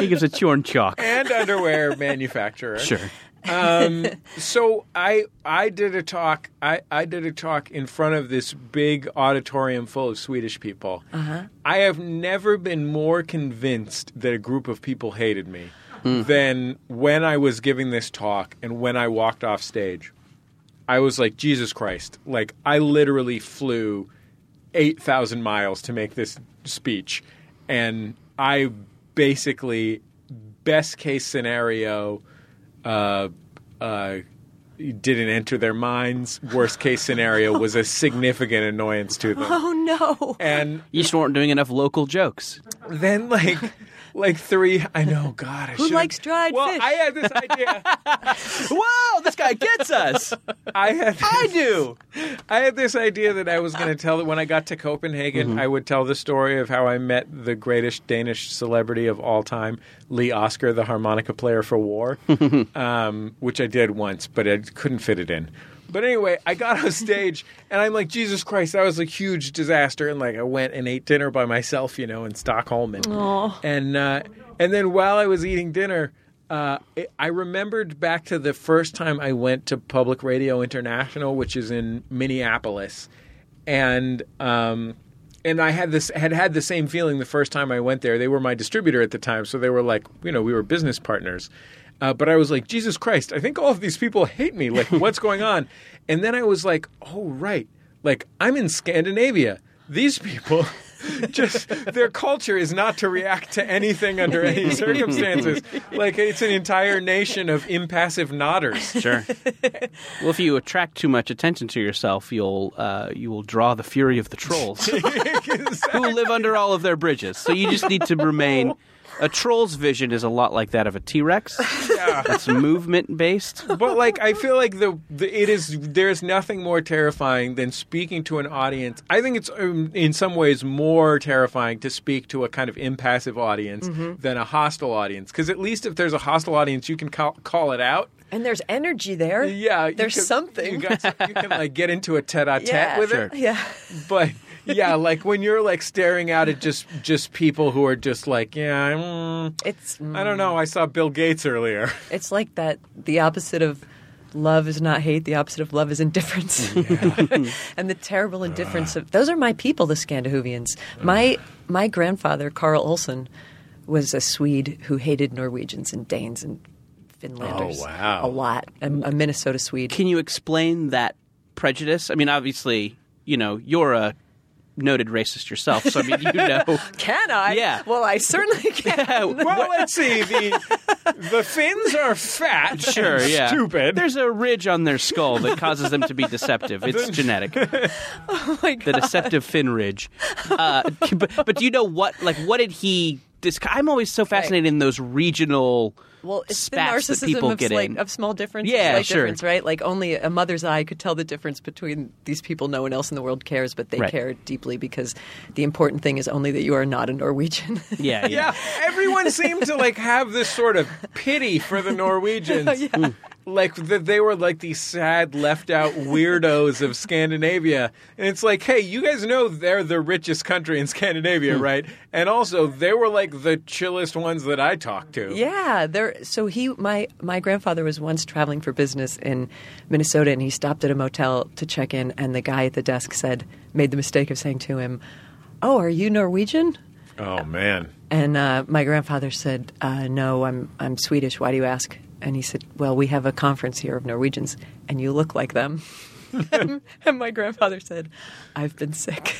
Speaker 3: He gives a Tjorn Chalk.
Speaker 2: and underwear manufacturer.
Speaker 3: Sure.
Speaker 2: Um, so I I did a talk I, I did a talk in front of this big auditorium full of Swedish people. I have never been more convinced that a group of people hated me than when I was giving this talk and when I walked off stage. I was like Jesus Christ! Like I literally flew eight thousand miles to make this speech, and I basically best case scenario uh, uh, didn't enter their minds. Worst case scenario was a significant annoyance to them.
Speaker 5: Oh no.
Speaker 2: And
Speaker 3: You just weren't doing enough local jokes.
Speaker 2: then like like three, I know. God, I
Speaker 5: Who
Speaker 2: should've-
Speaker 5: likes dried
Speaker 2: well,
Speaker 5: fish?
Speaker 2: I had this idea.
Speaker 3: Whoa, this guy gets us.
Speaker 2: I had this,
Speaker 3: I do.
Speaker 2: I had this idea that I was going to tell it when I got to Copenhagen.
Speaker 3: Mm-hmm.
Speaker 2: I would tell the story of how I met the greatest Danish celebrity of all time, Lee Oscar, the harmonica player for War, um, which I did once, but I couldn't fit it in. But anyway, I got on stage and I'm like, Jesus Christ, that was a huge disaster. And like, I went and ate dinner by myself, you know, in Stockholm, and and uh, and then while I was eating dinner uh, it- I remembered back to the first time I went to Public Radio International, which is in Minneapolis, and um, and I had this had had the same feeling the first time I went there. They were my distributor at the time, so they were like, you know, we were business partners. Uh, but I was like, Jesus Christ! I think all of these people hate me. Like, what's going on? And then I was like, oh right, like I'm in Scandinavia. These people just their culture is not to react to anything under any circumstances. Like it's an entire nation of impassive nodders.
Speaker 3: Sure. well, if you attract too much attention to yourself, you'll uh, you will draw the fury of the trolls who live under all of their bridges. So you just need to remain. A troll's vision is a lot like that of a T Rex.
Speaker 2: Yeah.
Speaker 3: It's movement based.
Speaker 2: But like I feel like the, the it is there's nothing more terrifying than speaking to an audience. I think it's um, in some ways more terrifying to speak to a kind of impassive audience
Speaker 5: Mm-hmm.
Speaker 2: than a hostile audience cuz at least if there's a hostile audience you can call, call it out.
Speaker 5: And there's energy there.
Speaker 2: Yeah, you
Speaker 5: There's
Speaker 2: can-
Speaker 5: something.
Speaker 2: You, got, you can like get into a tete-a-tete
Speaker 5: yeah.
Speaker 2: with
Speaker 3: Sure.
Speaker 2: it.
Speaker 5: Yeah.
Speaker 2: but yeah, like when you're like staring out at just just people who are just like, yeah, mm,
Speaker 5: It's
Speaker 2: I don't know. I saw Bill Gates earlier.
Speaker 5: It's like that the opposite of love is not hate, the opposite of love is indifference. and the terrible indifference of those are my people, the Scandinavians. My my grandfather, Carl Olson, was a Swede who hated Norwegians and Danes and Finlanders
Speaker 2: Oh, wow.
Speaker 5: a lot. A, a Minnesota Swede.
Speaker 3: Can you explain that prejudice? I mean, obviously, you know, you're a noted racist yourself, so I mean, you know.
Speaker 5: Can I?
Speaker 3: Yeah.
Speaker 5: Well, I certainly can.
Speaker 2: Well, let's see. The the Finns are fat.
Speaker 3: Sure,
Speaker 2: and
Speaker 3: yeah.
Speaker 2: Stupid.
Speaker 3: There's a ridge on their skull that causes them to be deceptive. It's genetic.
Speaker 5: Oh my
Speaker 3: the
Speaker 5: God.
Speaker 3: deceptive fin ridge. Uh, but, but do you know what? Like, what did he? Dis- I'm always so fascinated in those regional
Speaker 5: Well, it's the
Speaker 3: spats that
Speaker 5: narcissism
Speaker 3: people
Speaker 5: of,
Speaker 3: get
Speaker 5: slight-
Speaker 3: in.
Speaker 5: of small differences,
Speaker 3: Yeah,
Speaker 5: slight
Speaker 3: sure.
Speaker 5: difference, right? Like only a mother's eye could tell the difference between these people. No one else in the world cares, but they
Speaker 3: Right.
Speaker 5: care deeply because the important thing is only that you are not a Norwegian.
Speaker 2: yeah,
Speaker 3: yeah, yeah.
Speaker 2: everyone seemed to like have this sort of pity for the Norwegians. Like that they were like these sad, left out weirdos of Scandinavia. And it's like, hey, you guys know they're the richest country in Scandinavia,
Speaker 3: Hmm.
Speaker 2: right? And also, they were like the chillest ones that I talked to.
Speaker 5: Yeah, there. So he, my my grandfather was once traveling for business in Minnesota, and he stopped at a motel to check in, and the guy at the desk said, made the mistake of saying to him, "Oh, are you Norwegian?"
Speaker 2: Oh, man.
Speaker 5: And uh, my grandfather said, uh, "No, I'm I'm Swedish. Why do you ask?" And he said, "Well, we have a conference here of Norwegians, and you look like them." and my grandfather said, "I've been sick."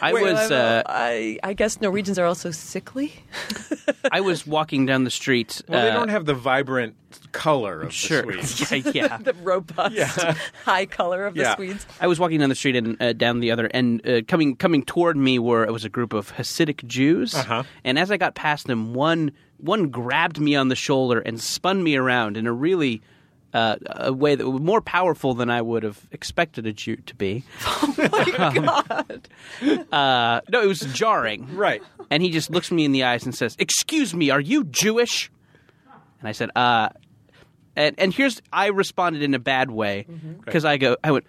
Speaker 3: I
Speaker 5: So
Speaker 3: was
Speaker 5: I'm,
Speaker 3: uh,
Speaker 5: I I guess Norwegians are also sickly.
Speaker 3: I was walking down the street.
Speaker 2: Well,
Speaker 3: uh,
Speaker 2: they don't have the vibrant color of
Speaker 3: sure.
Speaker 2: the Swedes.
Speaker 3: yeah, yeah.
Speaker 5: the robust, high color of the
Speaker 2: Yeah.
Speaker 5: Swedes.
Speaker 3: I was walking down the street and uh, down the other end, uh, coming coming toward me were it was a group of Hasidic Jews,
Speaker 2: Uh-huh.
Speaker 3: and as I got past them, one one grabbed me on the shoulder and spun me around in a really uh, a way that was more powerful than I would have expected a Jew to be. Uh, no, it was jarring,
Speaker 2: Right.
Speaker 3: And he just looks me in the eyes and says, "Excuse me, are you Jewish?" And I said, "Uh," and and here's I responded in a bad way
Speaker 2: Mm-hmm.
Speaker 3: because I go, I went,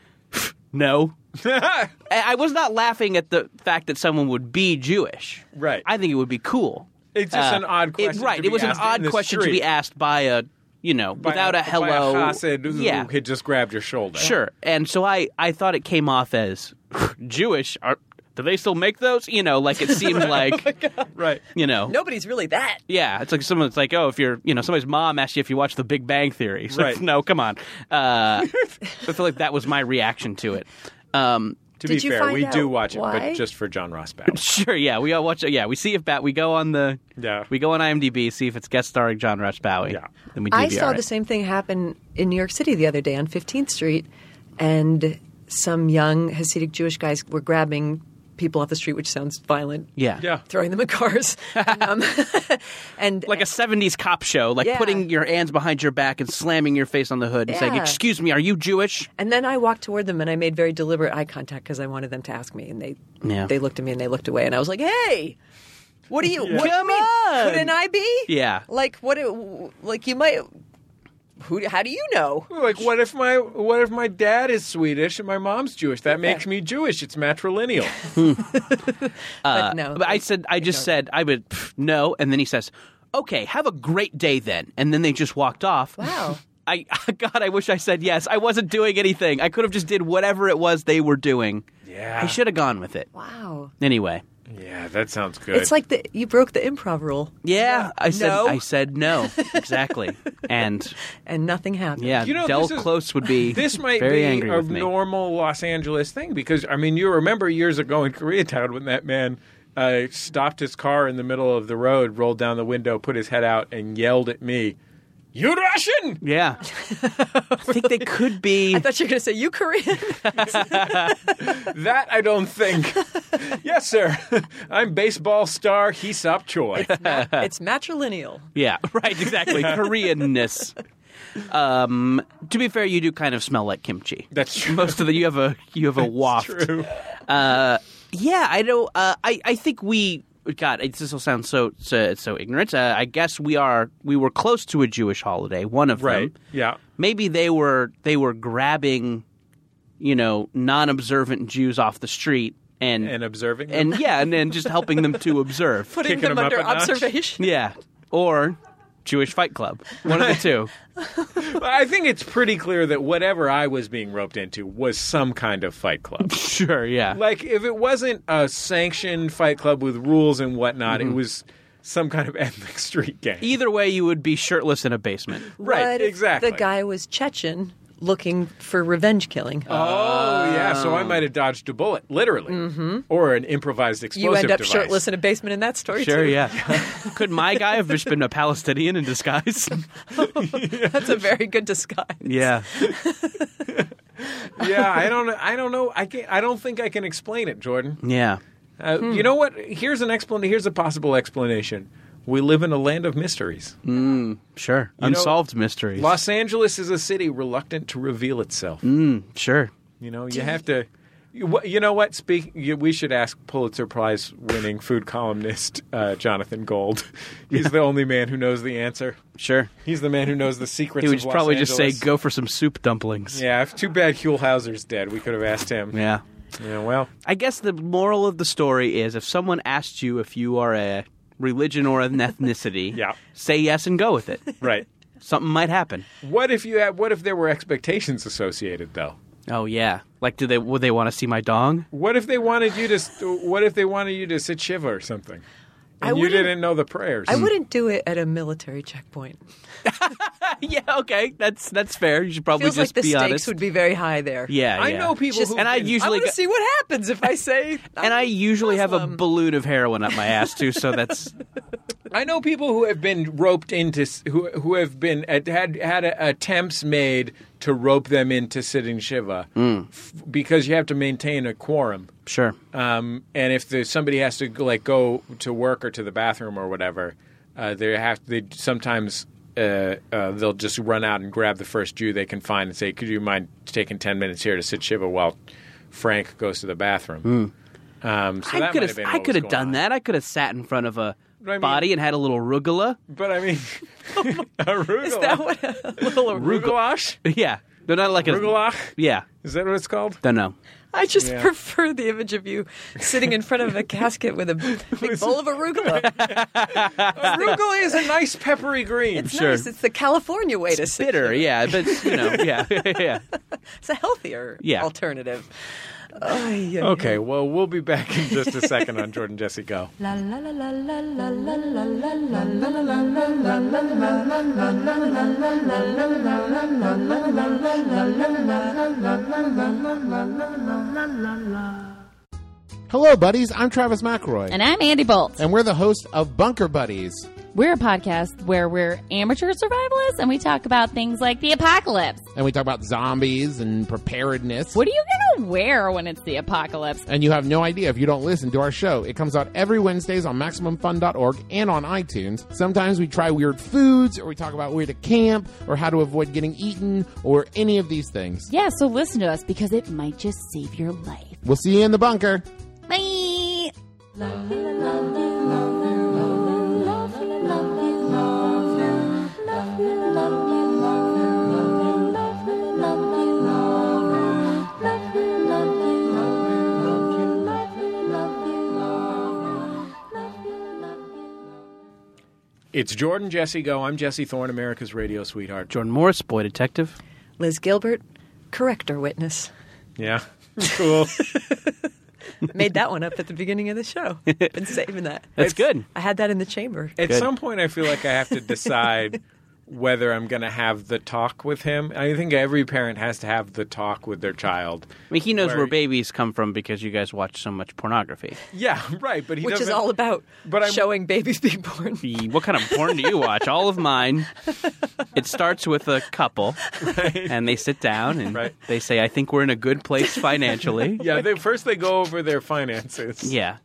Speaker 3: "No." I I was not laughing at the fact that someone would be Jewish.
Speaker 2: Right.
Speaker 3: I think it would be cool.
Speaker 2: It's just
Speaker 3: Uh,
Speaker 2: an odd
Speaker 3: it-
Speaker 2: question.
Speaker 3: right.
Speaker 2: to be
Speaker 3: it was an
Speaker 2: asked in
Speaker 3: odd
Speaker 2: the
Speaker 3: question to
Speaker 2: street
Speaker 3: be asked by a, you know,
Speaker 2: by
Speaker 3: without a, hello.
Speaker 2: By a chassid who
Speaker 3: yeah.
Speaker 2: had just grabbed your shoulder.
Speaker 3: Sure. And so I, I thought it came off as Jewish. Are, do they still make those? You know, like it seemed
Speaker 2: Oh
Speaker 3: like,
Speaker 2: Right.
Speaker 3: you know.
Speaker 5: Nobody's really that.
Speaker 3: Yeah, it's like someone's like, oh, if you're, you know, somebody's mom asked you if you watched The Big Bang Theory. So
Speaker 2: Right.
Speaker 3: no, come on. Uh, I feel like that was my reaction to it. Um,
Speaker 2: To
Speaker 5: Did
Speaker 2: be
Speaker 5: you
Speaker 2: fair,
Speaker 5: find
Speaker 2: we
Speaker 5: out
Speaker 2: do watch it,
Speaker 5: why?
Speaker 2: but just for John Ross Battle.
Speaker 3: sure, yeah, we all watch. Yeah, we see if bat. We go on the.
Speaker 2: Yeah.
Speaker 3: We go on IMDb, see if it's guest starring John Rush Bowie.
Speaker 2: Yeah.
Speaker 3: Then we DVR
Speaker 5: I saw
Speaker 3: it.
Speaker 5: the same thing happen in New York City the other day on 15th Street, and some young Hasidic Jewish guys were grabbing people off the street, which sounds violent.
Speaker 3: Yeah.
Speaker 2: Yeah.
Speaker 5: Throwing them in cars. um, and
Speaker 3: Like a '70s cop show, like
Speaker 5: Yeah.
Speaker 3: putting your hands behind your back and slamming your face on the hood and saying,
Speaker 5: Yeah.
Speaker 3: "Excuse me, are you Jewish?"
Speaker 5: And then I walked toward them and I made very deliberate eye contact because I wanted them to ask me. And they
Speaker 3: Yeah.
Speaker 5: they looked at me and they looked away. And I was like, hey, what do you, what do you
Speaker 3: Come
Speaker 5: mean?
Speaker 3: on!"
Speaker 5: Couldn't I be?
Speaker 3: Yeah.
Speaker 5: Like, what, do- like you might, who, how do you know?
Speaker 2: Like, what if my what if my dad is Swedish and my mom's Jewish? That makes me Jewish. It's matrilineal.
Speaker 5: but no.
Speaker 3: Uh, But I said, I just said, I would pff, no, and then he says, "Okay, have a great day then," and then they just walked off.
Speaker 5: Wow.
Speaker 3: I God, I wish I said yes. I wasn't doing anything. I could have just did whatever it was they were doing.
Speaker 2: Yeah.
Speaker 3: I should have gone with it.
Speaker 5: Wow.
Speaker 3: Anyway,
Speaker 2: yeah, that sounds good.
Speaker 5: It's like the, you broke the improv rule
Speaker 3: yeah, I said
Speaker 5: No.
Speaker 3: I said no exactly, and
Speaker 5: and nothing happened.
Speaker 3: yeah,
Speaker 2: You know,
Speaker 3: Del
Speaker 2: this is-
Speaker 3: Close would be
Speaker 2: this might
Speaker 3: very
Speaker 2: be
Speaker 3: angry
Speaker 2: a
Speaker 3: with me.
Speaker 2: normal Los Angeles thing because I mean, you remember years ago in Koreatown when that man uh, stopped his car in the middle of the road, rolled down the window, put his head out, and yelled at me, "You Russian!"
Speaker 3: yeah, I think they could be.
Speaker 5: I thought you were going to say, you Korean.
Speaker 2: That I don't think. yes, sir. I'm baseball star Hesop Choi.
Speaker 5: it's matrilineal.
Speaker 3: Yeah, right, exactly. Koreanness. Um, to be fair, you do kind of smell like kimchi.
Speaker 2: That's true.
Speaker 3: Most of the you have a you have a waft.
Speaker 2: True.
Speaker 3: Uh, yeah, I know. Uh, I I think we. God, it, this will sound so so, so ignorant. Uh, I guess we are we were close to a Jewish holiday, one of
Speaker 2: Right.
Speaker 3: them.
Speaker 2: Yeah.
Speaker 3: maybe they were they were grabbing, you know, non-observant Jews off the street and
Speaker 2: and observing them.
Speaker 3: and yeah, and then just helping them to observe.
Speaker 5: Putting
Speaker 2: Kicking
Speaker 5: them
Speaker 2: them up
Speaker 5: under
Speaker 2: a notch.
Speaker 5: observation.
Speaker 3: Yeah, or Jewish Fight Club, one of the two.
Speaker 2: I think it's pretty clear that whatever I was being roped into was some kind of fight club.
Speaker 3: Sure, yeah.
Speaker 2: like if it wasn't a sanctioned fight club with rules and whatnot,
Speaker 5: Mm-hmm.
Speaker 2: it was some kind of ethnic street gang.
Speaker 3: Either way, you would be shirtless in a basement.
Speaker 2: right,
Speaker 5: What if
Speaker 2: exactly.
Speaker 5: The guy was Chechen looking for revenge killing.
Speaker 3: Uh,
Speaker 2: Oh yeah, so I might have dodged a bullet, literally, or an improvised explosive
Speaker 5: Mm-hmm. you end up
Speaker 2: device.
Speaker 5: shirtless in a basement in that story
Speaker 3: Sure,
Speaker 5: too.
Speaker 3: yeah. Could my guy have just been a Palestinian in disguise?
Speaker 5: That's a very good disguise.
Speaker 3: yeah.
Speaker 2: yeah, I don't, I don't know, I can not I don't think I can explain it, Jordan.
Speaker 3: Yeah.
Speaker 2: Uh,
Speaker 5: Hmm.
Speaker 2: You know what? Here's an explanation. Here's a possible explanation. We live in a land of mysteries.
Speaker 3: Sure.
Speaker 2: know,
Speaker 3: Unsolved mysteries.
Speaker 2: Los Angeles is a city reluctant to reveal itself.
Speaker 3: Sure.
Speaker 2: You know, you have to. You wh- you know what? Speak. you- We should ask Pulitzer Prize-winning food columnist uh, Jonathan Gold. He's the only man who knows the answer.
Speaker 3: Sure.
Speaker 2: He's the man who knows the secrets.
Speaker 3: He would
Speaker 2: of
Speaker 3: just
Speaker 2: Los
Speaker 3: probably just say,
Speaker 2: Angeles.
Speaker 3: go for some soup dumplings.
Speaker 2: Yeah, if too bad Huelhauser's dead. We could have asked him.
Speaker 3: Yeah.
Speaker 2: Yeah, well,
Speaker 3: I guess the moral of the story is if someone asked you if you are a religion or an ethnicity,
Speaker 2: Yeah.
Speaker 3: say yes and go with it.
Speaker 2: right.
Speaker 3: Something might happen.
Speaker 2: What if you had? What if there were expectations associated, though?
Speaker 3: Oh yeah. Like do they would they want to see my dong?
Speaker 2: What if they wanted you to? s- What if they wanted you to sit shiva or something,
Speaker 5: I
Speaker 2: and you
Speaker 5: wouldn't-
Speaker 2: didn't know the prayers?
Speaker 5: I wouldn't do it at a military checkpoint.
Speaker 3: yeah, okay. That's that's fair. You should probably
Speaker 5: Feels like
Speaker 3: just
Speaker 5: the
Speaker 3: be
Speaker 5: stakes
Speaker 3: honest.
Speaker 5: would be very high there.
Speaker 3: yeah,
Speaker 2: I
Speaker 3: yeah.
Speaker 2: know people
Speaker 5: Just-
Speaker 2: who
Speaker 3: and I
Speaker 2: can-
Speaker 5: I
Speaker 3: usually
Speaker 5: want
Speaker 3: go-
Speaker 5: to see what happens if I say.
Speaker 3: and I usually have a
Speaker 5: Muslim.
Speaker 3: balloon of heroin up my ass too, so that's
Speaker 2: I know people who have been roped into s- who who have been had had uh, attempts made to rope them into sitting shiva
Speaker 3: Hmm.
Speaker 2: f- because you have to maintain a quorum.
Speaker 3: sure.
Speaker 2: Um, and if the, somebody has to like go to work or to the bathroom or whatever, uh, they have they sometimes uh, uh, they'll just run out and grab the first Jew they can find and say, "Could you mind taking ten minutes here to sit shiva while Frank goes to the bathroom?" Um, so
Speaker 3: Hmm. I
Speaker 2: that might have
Speaker 3: could have
Speaker 2: been
Speaker 3: I
Speaker 2: what was
Speaker 3: could have
Speaker 2: going
Speaker 3: done
Speaker 2: on.
Speaker 3: that. I could have sat in front of a
Speaker 2: But I mean-
Speaker 3: body and had a little rugula.
Speaker 2: But I mean, arugula.
Speaker 5: Is that what a little
Speaker 2: Rugulash?
Speaker 3: Yeah. No, not like
Speaker 2: Rugelach?
Speaker 3: a Yeah.
Speaker 2: Is that what it's called?
Speaker 3: Don't know.
Speaker 5: I just
Speaker 2: Yeah.
Speaker 5: prefer the image of you sitting in front of a casket with a big bowl of arugula.
Speaker 2: Arugula is a nice peppery green.
Speaker 5: It's
Speaker 3: Sure.
Speaker 5: nice. It's the California way to sit.
Speaker 3: Bitter, yeah, but you know, yeah. yeah.
Speaker 5: It's a healthier
Speaker 3: Yeah.
Speaker 5: alternative. Oh, yeah.
Speaker 2: Okay, well, we'll be back in just a second on Jordan Jesse Go.
Speaker 1: La la la la la la la la la la.
Speaker 6: Hello, buddies. I'm Travis McRoy.
Speaker 7: And I'm Andy Bolt.
Speaker 6: And we're the host of Bunker Buddies.
Speaker 7: We're a podcast where we're amateur survivalists and we talk about things like the apocalypse.
Speaker 6: And we talk about zombies and preparedness.
Speaker 7: What are you going to wear when it's the apocalypse?
Speaker 6: And you have no idea if you don't listen to our show. It comes out every Wednesdays on MaximumFun.org and on iTunes. Sometimes we try weird foods or we talk about where to camp or how to avoid getting eaten or any of these things.
Speaker 7: Yeah, so listen to us because it might just save your life.
Speaker 6: We'll see you in the bunker.
Speaker 7: Bye.
Speaker 2: It's Jordan Jesse Go. I'm Jesse Thorne, America's radio sweetheart.
Speaker 3: Jordan Morris, boy detective.
Speaker 5: Liz Gilbert, corrector witness,
Speaker 2: Yeah. Cool.
Speaker 5: made that one up at the beginning of the show. Been saving that.
Speaker 3: That's good.
Speaker 5: I had that in the chamber.
Speaker 2: At
Speaker 3: Good.
Speaker 2: some point, I feel like I have to decide whether I'm going to have the talk with him. I think every parent has to have the talk with their child.
Speaker 3: I mean, he knows
Speaker 2: Where-
Speaker 3: where, babies come from because you guys watch so much pornography.
Speaker 2: Yeah, right. But he
Speaker 5: Which is
Speaker 2: doesn't-
Speaker 5: all about
Speaker 2: But I'm-
Speaker 5: showing babies being born.
Speaker 3: What kind of porn do you watch? All of mine. It starts with a couple, and they sit down and
Speaker 2: Right.
Speaker 3: they say, "I think we're in a good place financially."
Speaker 2: Yeah, they, first they go over their finances.
Speaker 3: Yeah.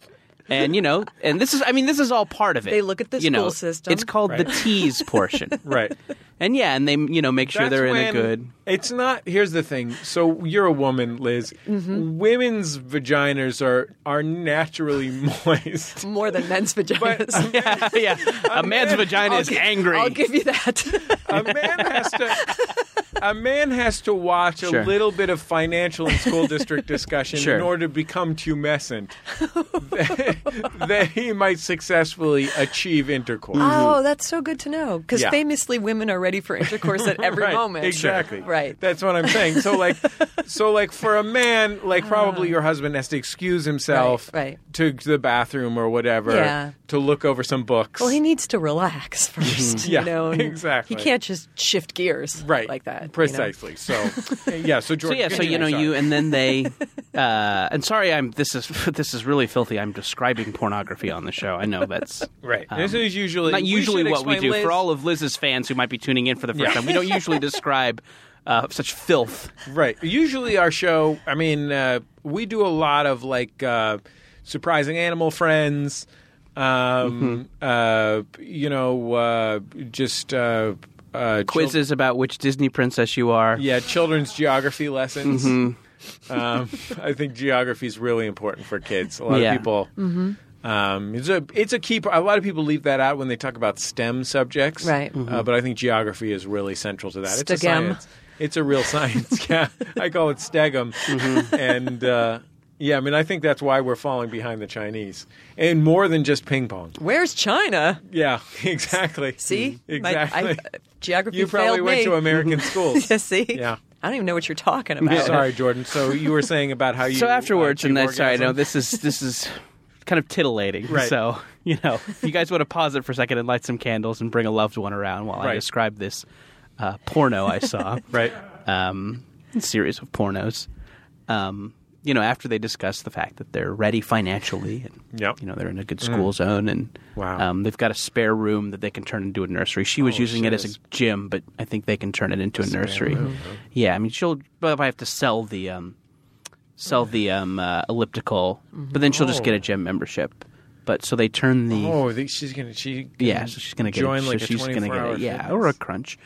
Speaker 3: And you know, and this is—I mean, this is all part of it.
Speaker 5: They look at the
Speaker 3: you know,
Speaker 5: school system.
Speaker 3: It's called the
Speaker 2: Right.
Speaker 3: tease portion,
Speaker 2: Right.
Speaker 3: and yeah, and they you know make sure
Speaker 2: That's
Speaker 3: they're in a
Speaker 2: when-
Speaker 3: good.
Speaker 2: It's not. Here's the thing. So you're a woman, Liz. Women's vaginas are are naturally moist.
Speaker 5: More than men's vaginas.
Speaker 3: yeah, a man's vagina is angry.
Speaker 2: Mm-hmm.
Speaker 5: I'll give you that.
Speaker 2: A man has to. a man has to watch
Speaker 3: Sure.
Speaker 2: a little bit of financial and school district discussion
Speaker 3: Sure.
Speaker 2: in order to become tumescent that, that he might successfully achieve intercourse.
Speaker 5: Oh, that's so good to know. Because
Speaker 2: Yeah.
Speaker 5: famously, women are ready for intercourse at every
Speaker 2: right,
Speaker 5: moment.
Speaker 2: Exactly.
Speaker 5: Right.
Speaker 2: That's what I'm saying. So like so like for a man, like probably your husband has to excuse himself
Speaker 5: Ah. Right, right.
Speaker 2: to the bathroom or whatever
Speaker 5: Yeah.
Speaker 2: to look over some books.
Speaker 5: Well, he needs to relax first.
Speaker 2: Yeah,
Speaker 5: you know, and
Speaker 2: exactly.
Speaker 5: He can't just shift gears
Speaker 2: right.
Speaker 5: like that. you know?
Speaker 2: Precisely. So yeah, so
Speaker 3: So
Speaker 2: George
Speaker 3: yeah, so
Speaker 2: continue.
Speaker 3: you know
Speaker 2: Sorry.
Speaker 3: you, and then they. Uh, and sorry, I'm. This is this is really filthy. I'm describing pornography on the show. I know that's
Speaker 2: Right. this is usually
Speaker 3: Um, not
Speaker 2: we
Speaker 3: usually
Speaker 2: should
Speaker 3: what we
Speaker 2: explain,
Speaker 3: do
Speaker 2: Liz,
Speaker 3: for all of Liz's fans who might be tuning in for the first
Speaker 2: Yeah.
Speaker 3: time. We don't usually describe uh, such filth.
Speaker 2: Right. Usually our show, I mean, uh, we do a lot of like uh, surprising animal friends,
Speaker 3: Mm-hmm.
Speaker 2: um, uh, you know, uh, just uh, uh, chil-
Speaker 3: Quizzes about which Disney princess you are.
Speaker 2: yeah, children's geography lessons. Um, I think geography is really important for kids. A lot
Speaker 3: Yeah.
Speaker 2: of people.
Speaker 5: Mm-hmm.
Speaker 2: Um, it's a it's a key. par- A lot of people leave that out when they talk about STEM subjects,
Speaker 5: Right.
Speaker 2: Uh, but I think geography is really central to that. It's a
Speaker 5: Stegem.
Speaker 2: science. It's a real science. yeah, I call it stegum, and uh, yeah, I mean I think that's why we're falling behind the Chinese, and more than just ping pong.
Speaker 5: Where's China?
Speaker 2: Yeah, exactly.
Speaker 5: See,
Speaker 3: Mm-hmm.
Speaker 5: My- I-
Speaker 2: exactly.
Speaker 5: geography.
Speaker 2: you probably
Speaker 5: failed
Speaker 2: went
Speaker 5: me.
Speaker 2: to American schools.
Speaker 5: Yeah, See,
Speaker 2: Yeah.
Speaker 5: I don't even know what you're talking about.
Speaker 2: Yeah, Sorry, Jordan. So you were saying about how you
Speaker 3: So afterwards,
Speaker 2: uh,
Speaker 3: and
Speaker 2: achieve
Speaker 3: that's sorry, no,
Speaker 2: orgasm?
Speaker 3: this is this is kind of titillating.
Speaker 2: Right.
Speaker 3: So you know, if you guys want to pause it for a second and light some candles and bring a loved one around while I
Speaker 2: Right.
Speaker 3: describe this uh, porno I saw.
Speaker 2: right.
Speaker 3: um, series of pornos. Um, you know, after they discuss the fact that they're ready financially and
Speaker 2: Yep. Mm.
Speaker 3: you know they're in a good school zone and
Speaker 2: Wow. Oh,
Speaker 3: um, they've got a spare room that they can turn into a nursery. She was using it as a gym, but I think they can turn it into a nursery. Yeah, I mean she'll. But if I have to sell the um, sell the um, uh, elliptical, but then she'll just get a gym membership. But so they turn the
Speaker 2: Oh, I think she's gonna she can
Speaker 3: yeah, so she's gonna get
Speaker 2: join
Speaker 3: it.
Speaker 2: like
Speaker 3: so
Speaker 2: a
Speaker 3: she's gonna
Speaker 2: 24
Speaker 3: get
Speaker 2: hour
Speaker 3: it. Yeah,
Speaker 2: fitness,
Speaker 3: or a crunch.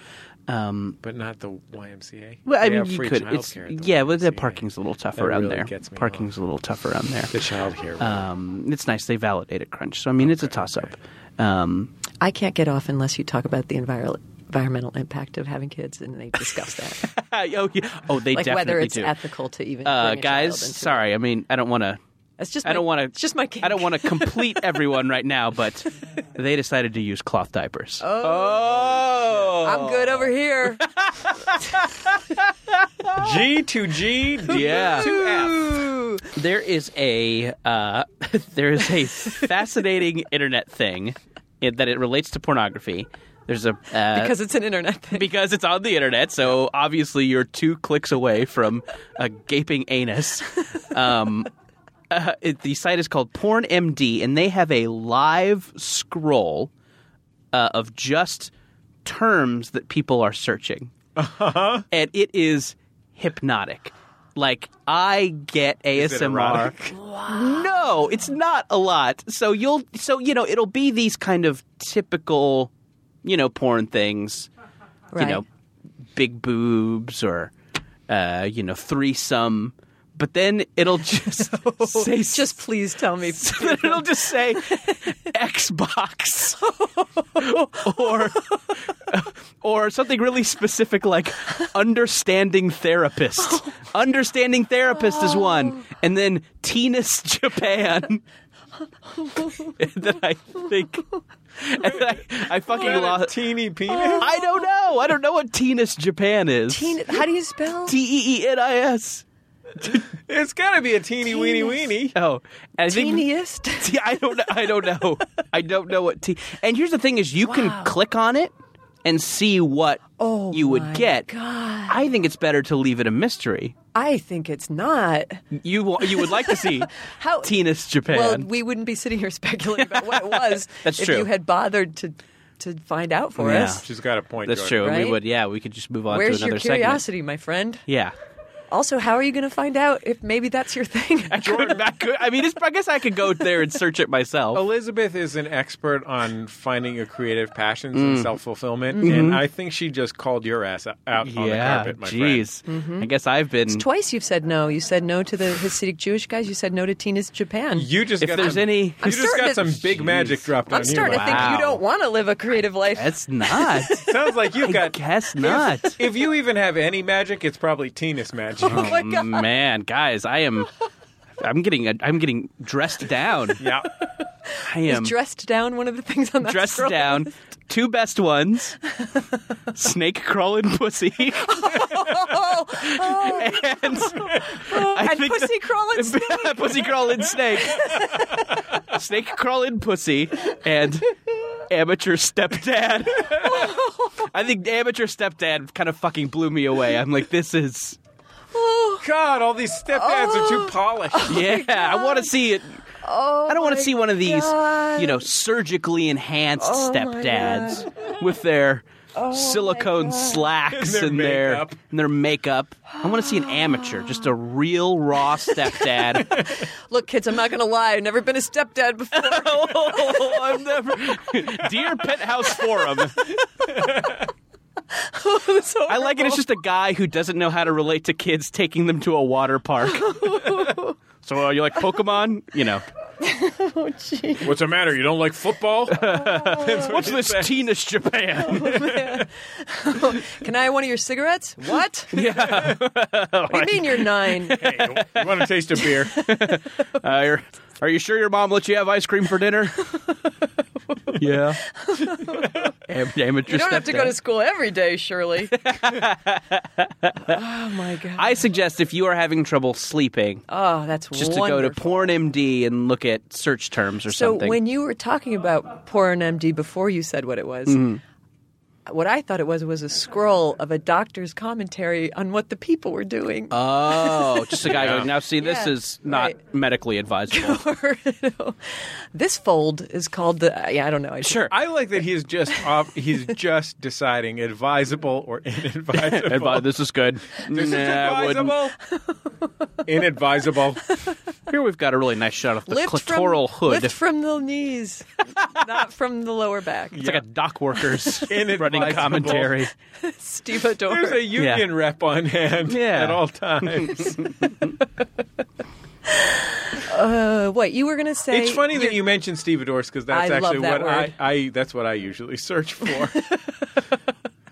Speaker 3: Um,
Speaker 2: but not the YMCA.
Speaker 3: well, I
Speaker 2: They
Speaker 3: mean,
Speaker 2: have
Speaker 3: you
Speaker 2: free
Speaker 3: could. It's,
Speaker 2: childcare at the
Speaker 3: yeah, but the
Speaker 2: YMCA.
Speaker 3: parking's a little tough
Speaker 2: That
Speaker 3: around
Speaker 2: really
Speaker 3: there.
Speaker 2: gets me
Speaker 3: Parking's a little tough around there.
Speaker 2: the child here.
Speaker 3: Um, it's nice they validate a crunch. So I mean, it's a toss up. Um,
Speaker 5: I can't get off unless you talk about the enviro- environmental impact of having kids, and they discuss that,
Speaker 3: oh, yeah. Oh, they
Speaker 5: like
Speaker 3: definitely
Speaker 5: whether it's
Speaker 3: do.
Speaker 5: ethical to even.
Speaker 3: uh,
Speaker 5: bring a
Speaker 3: guys,
Speaker 5: child into
Speaker 3: sorry. I mean, I don't want to.
Speaker 5: That's just.
Speaker 3: I don't
Speaker 5: my-
Speaker 3: want to.
Speaker 5: It's just my. Kink.
Speaker 3: I don't want to complete everyone right now, but they decided to use cloth diapers. Oh,
Speaker 5: I'm good over here.
Speaker 2: G to G, D
Speaker 3: Yeah.
Speaker 2: to F.
Speaker 3: There is a uh, there is a fascinating internet thing in, that it relates to pornography. There's a uh,
Speaker 5: because it's an internet thing.
Speaker 3: because it's on the internet, so obviously you're two clicks away from a gaping anus. Um, uh, it, the site is called PornMD, and they have a live scroll uh, of just terms that people are searching, and it is hypnotic. Like I get ASMR. No, it's not a lot. So you'll so you know it'll be these kind of typical, you know, porn things
Speaker 5: right.
Speaker 3: you know, big boobs or, uh, you know, threesome. But then it'll just say
Speaker 5: just please tell me.
Speaker 3: then it'll just say Xbox or or something really specific like understanding therapist. Understanding therapist is one, and then Tennis Japan. and then I think, and then I, I fucking
Speaker 2: A
Speaker 3: lost.
Speaker 2: teeny penis.
Speaker 3: I don't know. I don't know what Tennis Japan is.
Speaker 5: Teen- How do you spell?
Speaker 3: T E E N I S.
Speaker 2: It's gotta be a teeny weeny weeny.
Speaker 3: Oh, I think-
Speaker 5: Teeniest.
Speaker 3: T- I don't. know- I don't know. I don't know what T. And here's the thing: is you can click on it and see what
Speaker 5: Oh,
Speaker 3: you would
Speaker 5: my
Speaker 3: get.
Speaker 5: God.
Speaker 3: I think it's better to leave it a mystery.
Speaker 5: I think it's not.
Speaker 3: You wa- you would like to see
Speaker 5: How-
Speaker 3: Tennis Japan?
Speaker 5: Well, we wouldn't be sitting here speculating about what it was
Speaker 3: That's
Speaker 5: if
Speaker 3: true.
Speaker 5: you had bothered to to find out for
Speaker 3: Yeah.
Speaker 5: us.
Speaker 2: She's got a point.
Speaker 3: That's
Speaker 2: Jordan.
Speaker 3: true. We
Speaker 5: Right?
Speaker 3: would. Yeah, we could just move on
Speaker 5: Where's
Speaker 3: to another
Speaker 5: your
Speaker 3: segment.
Speaker 5: curiosity, my friend?
Speaker 3: Yeah.
Speaker 5: Also, how are you going to find out if maybe that's your thing?
Speaker 3: Jordan, I, could, I mean, it's, I guess I could go there and search it
Speaker 2: Oh,
Speaker 3: myself.
Speaker 2: Elizabeth is an expert on finding your creative passions and
Speaker 3: Mm.
Speaker 2: self fulfillment, and I think she just called your ass out on the
Speaker 3: Mm-hmm. yeah,
Speaker 2: carpet, my friend.
Speaker 3: jeez.
Speaker 5: Mm-hmm.
Speaker 3: I guess I've been.
Speaker 5: Twice you've said no. You said no to the Hasidic Jewish guys. You said no to Tina's Japan.
Speaker 2: You just
Speaker 3: If
Speaker 2: got
Speaker 3: there's
Speaker 2: some,
Speaker 3: any-
Speaker 2: you
Speaker 3: I'm
Speaker 2: just
Speaker 5: starting
Speaker 2: got
Speaker 5: to-
Speaker 2: some big
Speaker 3: Jeez.
Speaker 2: magic dropped
Speaker 5: I'm
Speaker 2: on
Speaker 5: starting
Speaker 2: you.
Speaker 5: to think
Speaker 3: Wow.
Speaker 5: you don't want to live a creative life.
Speaker 3: That's not.
Speaker 2: Sounds like you've
Speaker 3: I
Speaker 2: got.
Speaker 3: guess not.
Speaker 2: If you even have any magic, it's probably Tina's magic.
Speaker 5: oh my god!
Speaker 3: Man, guys, I am. I'm getting. i I'm getting dressed down.
Speaker 2: yeah.
Speaker 3: I am
Speaker 5: Is dressed down one of the things on that
Speaker 3: dressed
Speaker 5: scroll?
Speaker 3: down. Two best ones: snake crawling pussy,
Speaker 5: Oh, oh,
Speaker 3: and I
Speaker 5: and
Speaker 3: think
Speaker 5: pussy crawling snake.
Speaker 3: pussy crawling snake, snake crawling pussy, and amateur stepdad. I think amateur stepdad kind of fucking blew me away. I'm like, this is
Speaker 5: Oh,
Speaker 2: God, all these step dads are
Speaker 3: Oh.
Speaker 2: too polished.
Speaker 3: yeah. I want to see it.
Speaker 5: oh
Speaker 3: I don't want
Speaker 5: my
Speaker 3: to see one of these,
Speaker 5: God.
Speaker 3: you know, surgically enhanced
Speaker 5: Oh my Oh
Speaker 3: stepdads with their silicone slacks
Speaker 2: And
Speaker 3: and
Speaker 2: their
Speaker 3: their
Speaker 2: makeup.
Speaker 3: and their makeup. I want to see an amateur, just a real raw stepdad.
Speaker 5: Look, kids, I'm not going to lie. I've never been a stepdad before.
Speaker 3: oh, I've never. Dear Penthouse Forum,
Speaker 5: Oh, So
Speaker 3: I like it. It's just a guy who doesn't know how to relate to kids taking them to a water park. so uh, you like Pokemon? You know,
Speaker 2: What's the matter? You don't like football?
Speaker 3: what's this Teenage Japan?
Speaker 5: Can I have one of your cigarettes? What?
Speaker 3: yeah.
Speaker 5: What do you mean you're nine?
Speaker 2: you want to taste a beer?
Speaker 3: Uh, are- are you sure your mom let you have ice cream for dinner? yeah. Am- amateur
Speaker 5: You don't have to go
Speaker 3: stepdad.
Speaker 5: to school every day, Shirley. oh my god!
Speaker 3: I suggest if you are having trouble sleeping,
Speaker 5: oh, that's
Speaker 3: just
Speaker 5: wonderful.
Speaker 3: to go to PornMD and look at search terms or
Speaker 5: So
Speaker 3: something.
Speaker 5: when you were talking about PornMD before you said what it was,
Speaker 3: Mm-hmm.
Speaker 5: what I thought it was was a scroll of a doctor's commentary on what the people were doing.
Speaker 3: oh, just a guy going, now see, this
Speaker 5: Yeah,
Speaker 3: is not
Speaker 5: right.
Speaker 3: medically advisable.
Speaker 5: this fold is called the. Yeah, I don't know. I just-
Speaker 3: sure.
Speaker 2: I like that he's just off, he's just deciding advisable or inadvisable.
Speaker 3: Advi- this is good.
Speaker 2: This is
Speaker 3: nah, I wouldn't.
Speaker 2: advisable. Inadvisable.
Speaker 3: Here we've got a really nice shot of the
Speaker 5: Lift
Speaker 3: clitoral
Speaker 5: from,
Speaker 3: hood.
Speaker 5: Lift from the knees, not from the lower back.
Speaker 3: it's like a dock worker's running
Speaker 2: Inadvisable.
Speaker 3: commentary.
Speaker 5: Steve Adore.
Speaker 2: There's a union rep on hand
Speaker 3: Yeah.
Speaker 2: at all times.
Speaker 5: Uh, what you were gonna say?
Speaker 2: it's funny that you mentioned stevedores because that's
Speaker 5: I love
Speaker 2: actually
Speaker 5: that
Speaker 2: what
Speaker 5: word.
Speaker 2: I, I that's what I usually search for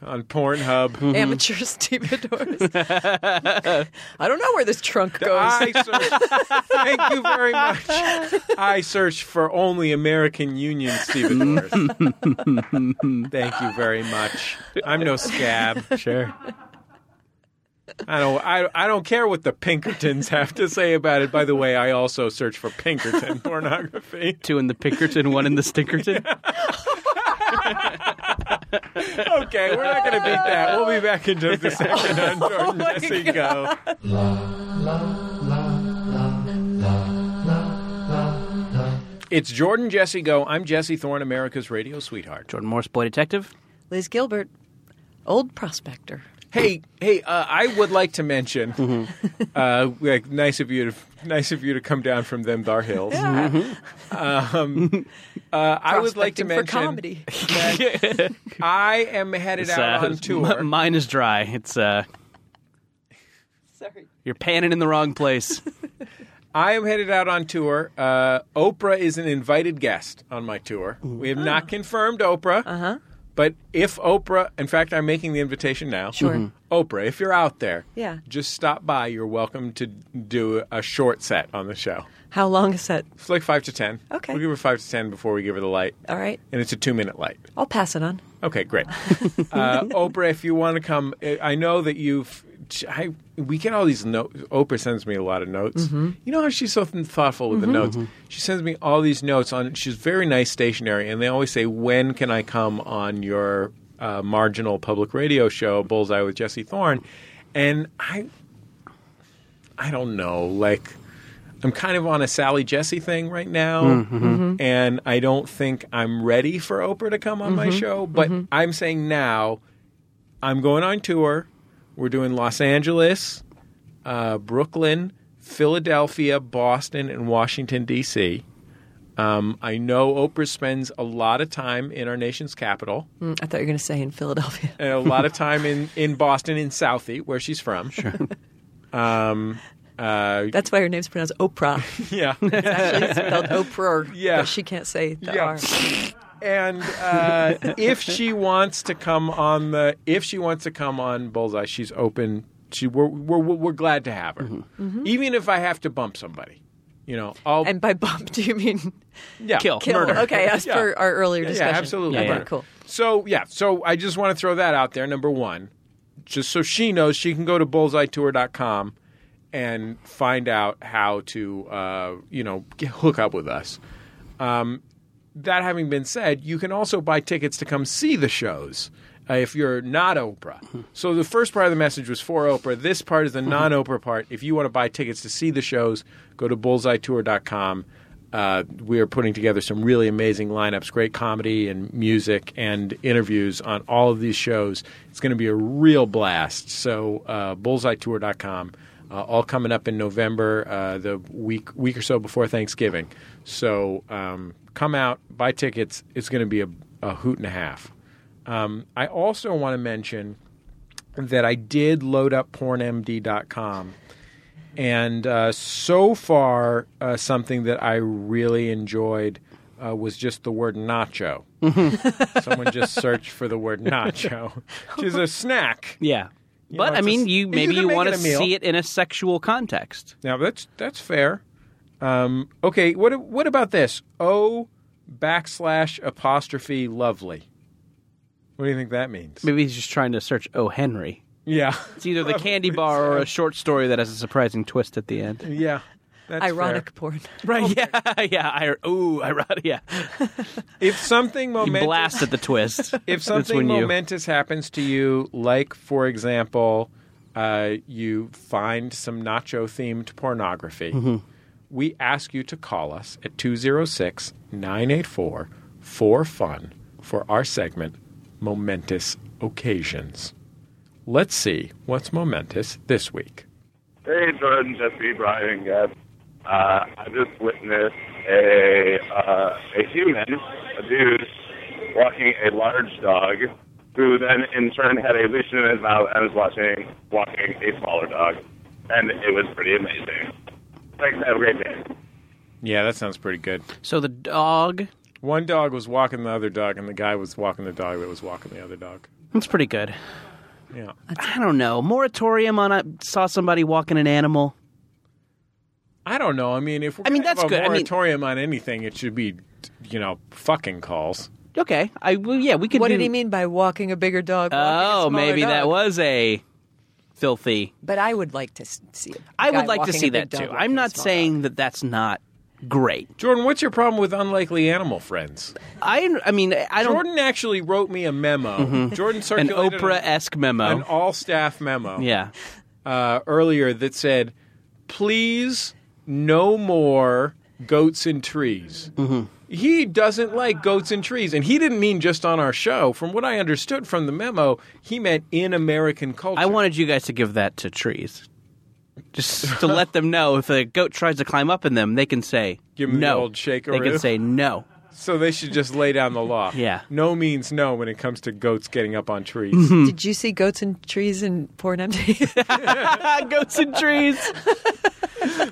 Speaker 2: on
Speaker 5: Mm-hmm.
Speaker 2: Pornhub.
Speaker 5: amateur stevedores. I don't know where this trunk goes.
Speaker 2: I search, thank you very much. I search for only American Union stevedores. thank you very much. I'm no scab. Sure. I don't. I, I don't care what the Pinkertons have to say about it. By the way, I also search for Pinkerton pornography.
Speaker 3: Two in the Pinkerton, one in the Stinkerton.
Speaker 2: Okay, we're not going to beat that. We'll be back in just a second on Jordan
Speaker 5: Oh my
Speaker 2: Jesse Go. It's Jordan Jesse Go. I'm Jesse Thorne, America's radio sweetheart.
Speaker 3: Jordan Morse, boy detective.
Speaker 5: Liz Gilbert, old prospector.
Speaker 2: Hey, hey, uh, I would like to mention,
Speaker 5: Mm-hmm.
Speaker 2: uh, like, nice of you to, nice of you to come down from them Dar Hills. Uh, Mm-hmm. I would like to
Speaker 5: Prospecting
Speaker 2: mention
Speaker 5: for comedy.
Speaker 2: that I am headed
Speaker 3: It's,
Speaker 2: out
Speaker 3: uh,
Speaker 2: on tour.
Speaker 3: m- mine is dry. It's uh,
Speaker 5: Sorry.
Speaker 3: you're panning in the wrong place.
Speaker 2: I am headed out on tour. Uh, Oprah is an invited guest on my tour. We have not confirmed Oprah. Uh-huh. But if Oprah, in fact, I'm making the invitation now.
Speaker 5: Sure. Mhm.
Speaker 2: Oprah, if you're out there,
Speaker 5: Yeah.
Speaker 2: just stop by. You're welcome to do a short set on the show.
Speaker 5: How long is that?
Speaker 2: It's like five to ten.
Speaker 5: Okay.
Speaker 2: We'll give her five to ten before we give her the light.
Speaker 5: All right,
Speaker 2: And it's a two minute light.
Speaker 5: I'll pass it on.
Speaker 2: Okay, great. uh, Oprah, if you want to come, I I know that you've. I, we get all these notes. Oprah sends me a lot of notes. You know how she's so thoughtful with the notes. She sends me all these notes on. She's very nice stationary, and they always say, "When can I come on your uh, marginal public radio show, Bullseye with Jesse Thorne?" And I, I don't know. Like, I'm kind of on a Sally Jesse thing right now, and I don't think I'm ready for Oprah to come on my show. But I'm saying now, I'm going on tour. We're doing Los Angeles, uh, Brooklyn, Philadelphia, Boston, and Washington, D.C. Um, I know Oprah spends a lot of time in our nation's capital
Speaker 5: Mm, I thought you were going to say in Philadelphia.
Speaker 2: and a lot of time in, in Boston, in Southie, where she's from. Sure. Um, uh,
Speaker 5: That's why her name's pronounced Oprah.
Speaker 2: yeah.
Speaker 5: It's spelled Oprah.
Speaker 2: Yeah.
Speaker 5: but she can't say the
Speaker 2: Yeah.
Speaker 5: R.
Speaker 2: and uh, if she wants to come on the if she wants to come on bullseye she's open she we're we're, we're glad to have her even if i have to bump somebody you know i'll
Speaker 5: And by bump, do you mean
Speaker 2: yeah.
Speaker 3: Kill.
Speaker 5: kill?
Speaker 3: Murder.
Speaker 5: Okay, as
Speaker 2: Yeah.
Speaker 5: per our earlier
Speaker 2: yeah,
Speaker 5: discussion.
Speaker 2: absolutely
Speaker 5: Okay,
Speaker 2: murder.
Speaker 5: cool.
Speaker 2: so yeah so i just want to throw that out there number one just so she knows she can go to bullseyetour.com and find out how to uh, you know get, hook up with us um, that having been said, you can also buy tickets to come see the shows uh, if you're not Oprah. So the first part of the message was for Oprah. This part is the non Oprah part. If you want to buy tickets to see the shows, go to bullseyetour.com. Uh, we are putting together some really amazing lineups, great comedy and music and interviews on all of these shows. It's going to be a real blast. So, uh, bullseyetour.com uh, all coming up in November, uh, the week week or so before Thanksgiving. So um, come out, buy tickets. It's going to be a, a hoot and a half. Um, I also want to mention that I did load up PornMD.com, and uh, so far uh, something that I really enjoyed. Uh, was just the word nacho. Someone just searched for the word nacho, which is a snack.
Speaker 3: Yeah.
Speaker 2: You
Speaker 3: but
Speaker 2: know,
Speaker 3: I
Speaker 2: it's a
Speaker 3: mean,
Speaker 2: s-
Speaker 3: you
Speaker 2: you
Speaker 3: maybe
Speaker 2: can
Speaker 3: you
Speaker 2: make
Speaker 3: want
Speaker 2: it
Speaker 3: to
Speaker 2: a meal.
Speaker 3: see it in a sexual context.
Speaker 2: Now that's that's fair. Um, okay, what what about this? O backslash apostrophe lovely. What do you think that means?
Speaker 3: Maybe he's just trying to search O. Henry.
Speaker 2: Yeah,
Speaker 3: It's either the candy bar or a short story that has a surprising twist at the end.
Speaker 2: yeah. That's
Speaker 5: Ironic
Speaker 2: fair.
Speaker 5: porn.
Speaker 3: Right? Yeah, yeah. I, ooh, ironic. Yeah,
Speaker 2: If something
Speaker 3: you
Speaker 2: momentous,
Speaker 3: blast at the twist.
Speaker 2: if
Speaker 3: That's when
Speaker 2: something
Speaker 3: you-
Speaker 2: momentous happens to you, like for example, uh, you find some nacho themed pornography,
Speaker 3: Mm-hmm.
Speaker 2: we ask you to call us at 206 984 4FUN for our segment, Momentous Occasions. Let's see what's momentous this week.
Speaker 8: Hey, Jordan, Jesse, Brian, Gab. Uh, I just witnessed a uh, a human, a dude, walking a large dog, who then in turn had a leash in his mouth and was watching walking a smaller dog, and it was pretty amazing. Thanks. Have a great day.
Speaker 2: Yeah, that sounds pretty good.
Speaker 3: So the dog.
Speaker 2: One dog was walking the other dog, and the guy was walking the dog that was walking the other dog.
Speaker 3: That's pretty good.
Speaker 2: Yeah.
Speaker 3: I don't know. Moratorium on I saw somebody walking an animal.
Speaker 2: I don't know. I mean, if we're
Speaker 3: I mean,
Speaker 2: gonna
Speaker 3: that's
Speaker 2: have a
Speaker 3: good. I mean-
Speaker 2: moratorium on anything, it should be, you know, fucking calls.
Speaker 3: Okay. I well, yeah, we could.
Speaker 5: What
Speaker 3: do-
Speaker 5: did he mean by walking a bigger dog? walking a
Speaker 3: Oh,
Speaker 5: smaller
Speaker 3: maybe that
Speaker 5: dog?
Speaker 3: was a filthy.
Speaker 5: But I would like to s- see it.
Speaker 3: I
Speaker 5: Guy
Speaker 3: would like to
Speaker 5: walking a
Speaker 3: see
Speaker 5: big
Speaker 3: that
Speaker 5: dog
Speaker 3: too.
Speaker 5: walking
Speaker 3: I'm
Speaker 5: a
Speaker 3: not
Speaker 5: small
Speaker 3: saying that that's not great.
Speaker 2: Jordan, what's your problem with unlikely animal friends?
Speaker 3: I I mean I don't Mm-hmm.
Speaker 2: Jordan actually wrote me a memo. Jordan
Speaker 3: an
Speaker 2: circulated an-
Speaker 3: Oprah esque memo.
Speaker 2: an all-staff memo
Speaker 3: yeah.
Speaker 2: uh, earlier that said, "Please, no more goats and trees."
Speaker 3: Mm-hmm.
Speaker 2: He doesn't like goats and trees, and he didn't mean just on our show. From what I understood from the memo, he meant in American culture.
Speaker 3: I wanted you guys to give that to trees. Just to let them know if a goat tries to climb up in them, they can say
Speaker 2: Give 'em the
Speaker 3: no.
Speaker 2: old shaker.
Speaker 3: they can say no.
Speaker 2: So they should just lay down the law.
Speaker 3: Yeah. Mm-hmm.
Speaker 2: No means no when it comes to goats getting up on trees.
Speaker 3: hmm.
Speaker 5: dog. Did you see goats and trees in porn empty?
Speaker 3: Goats and trees.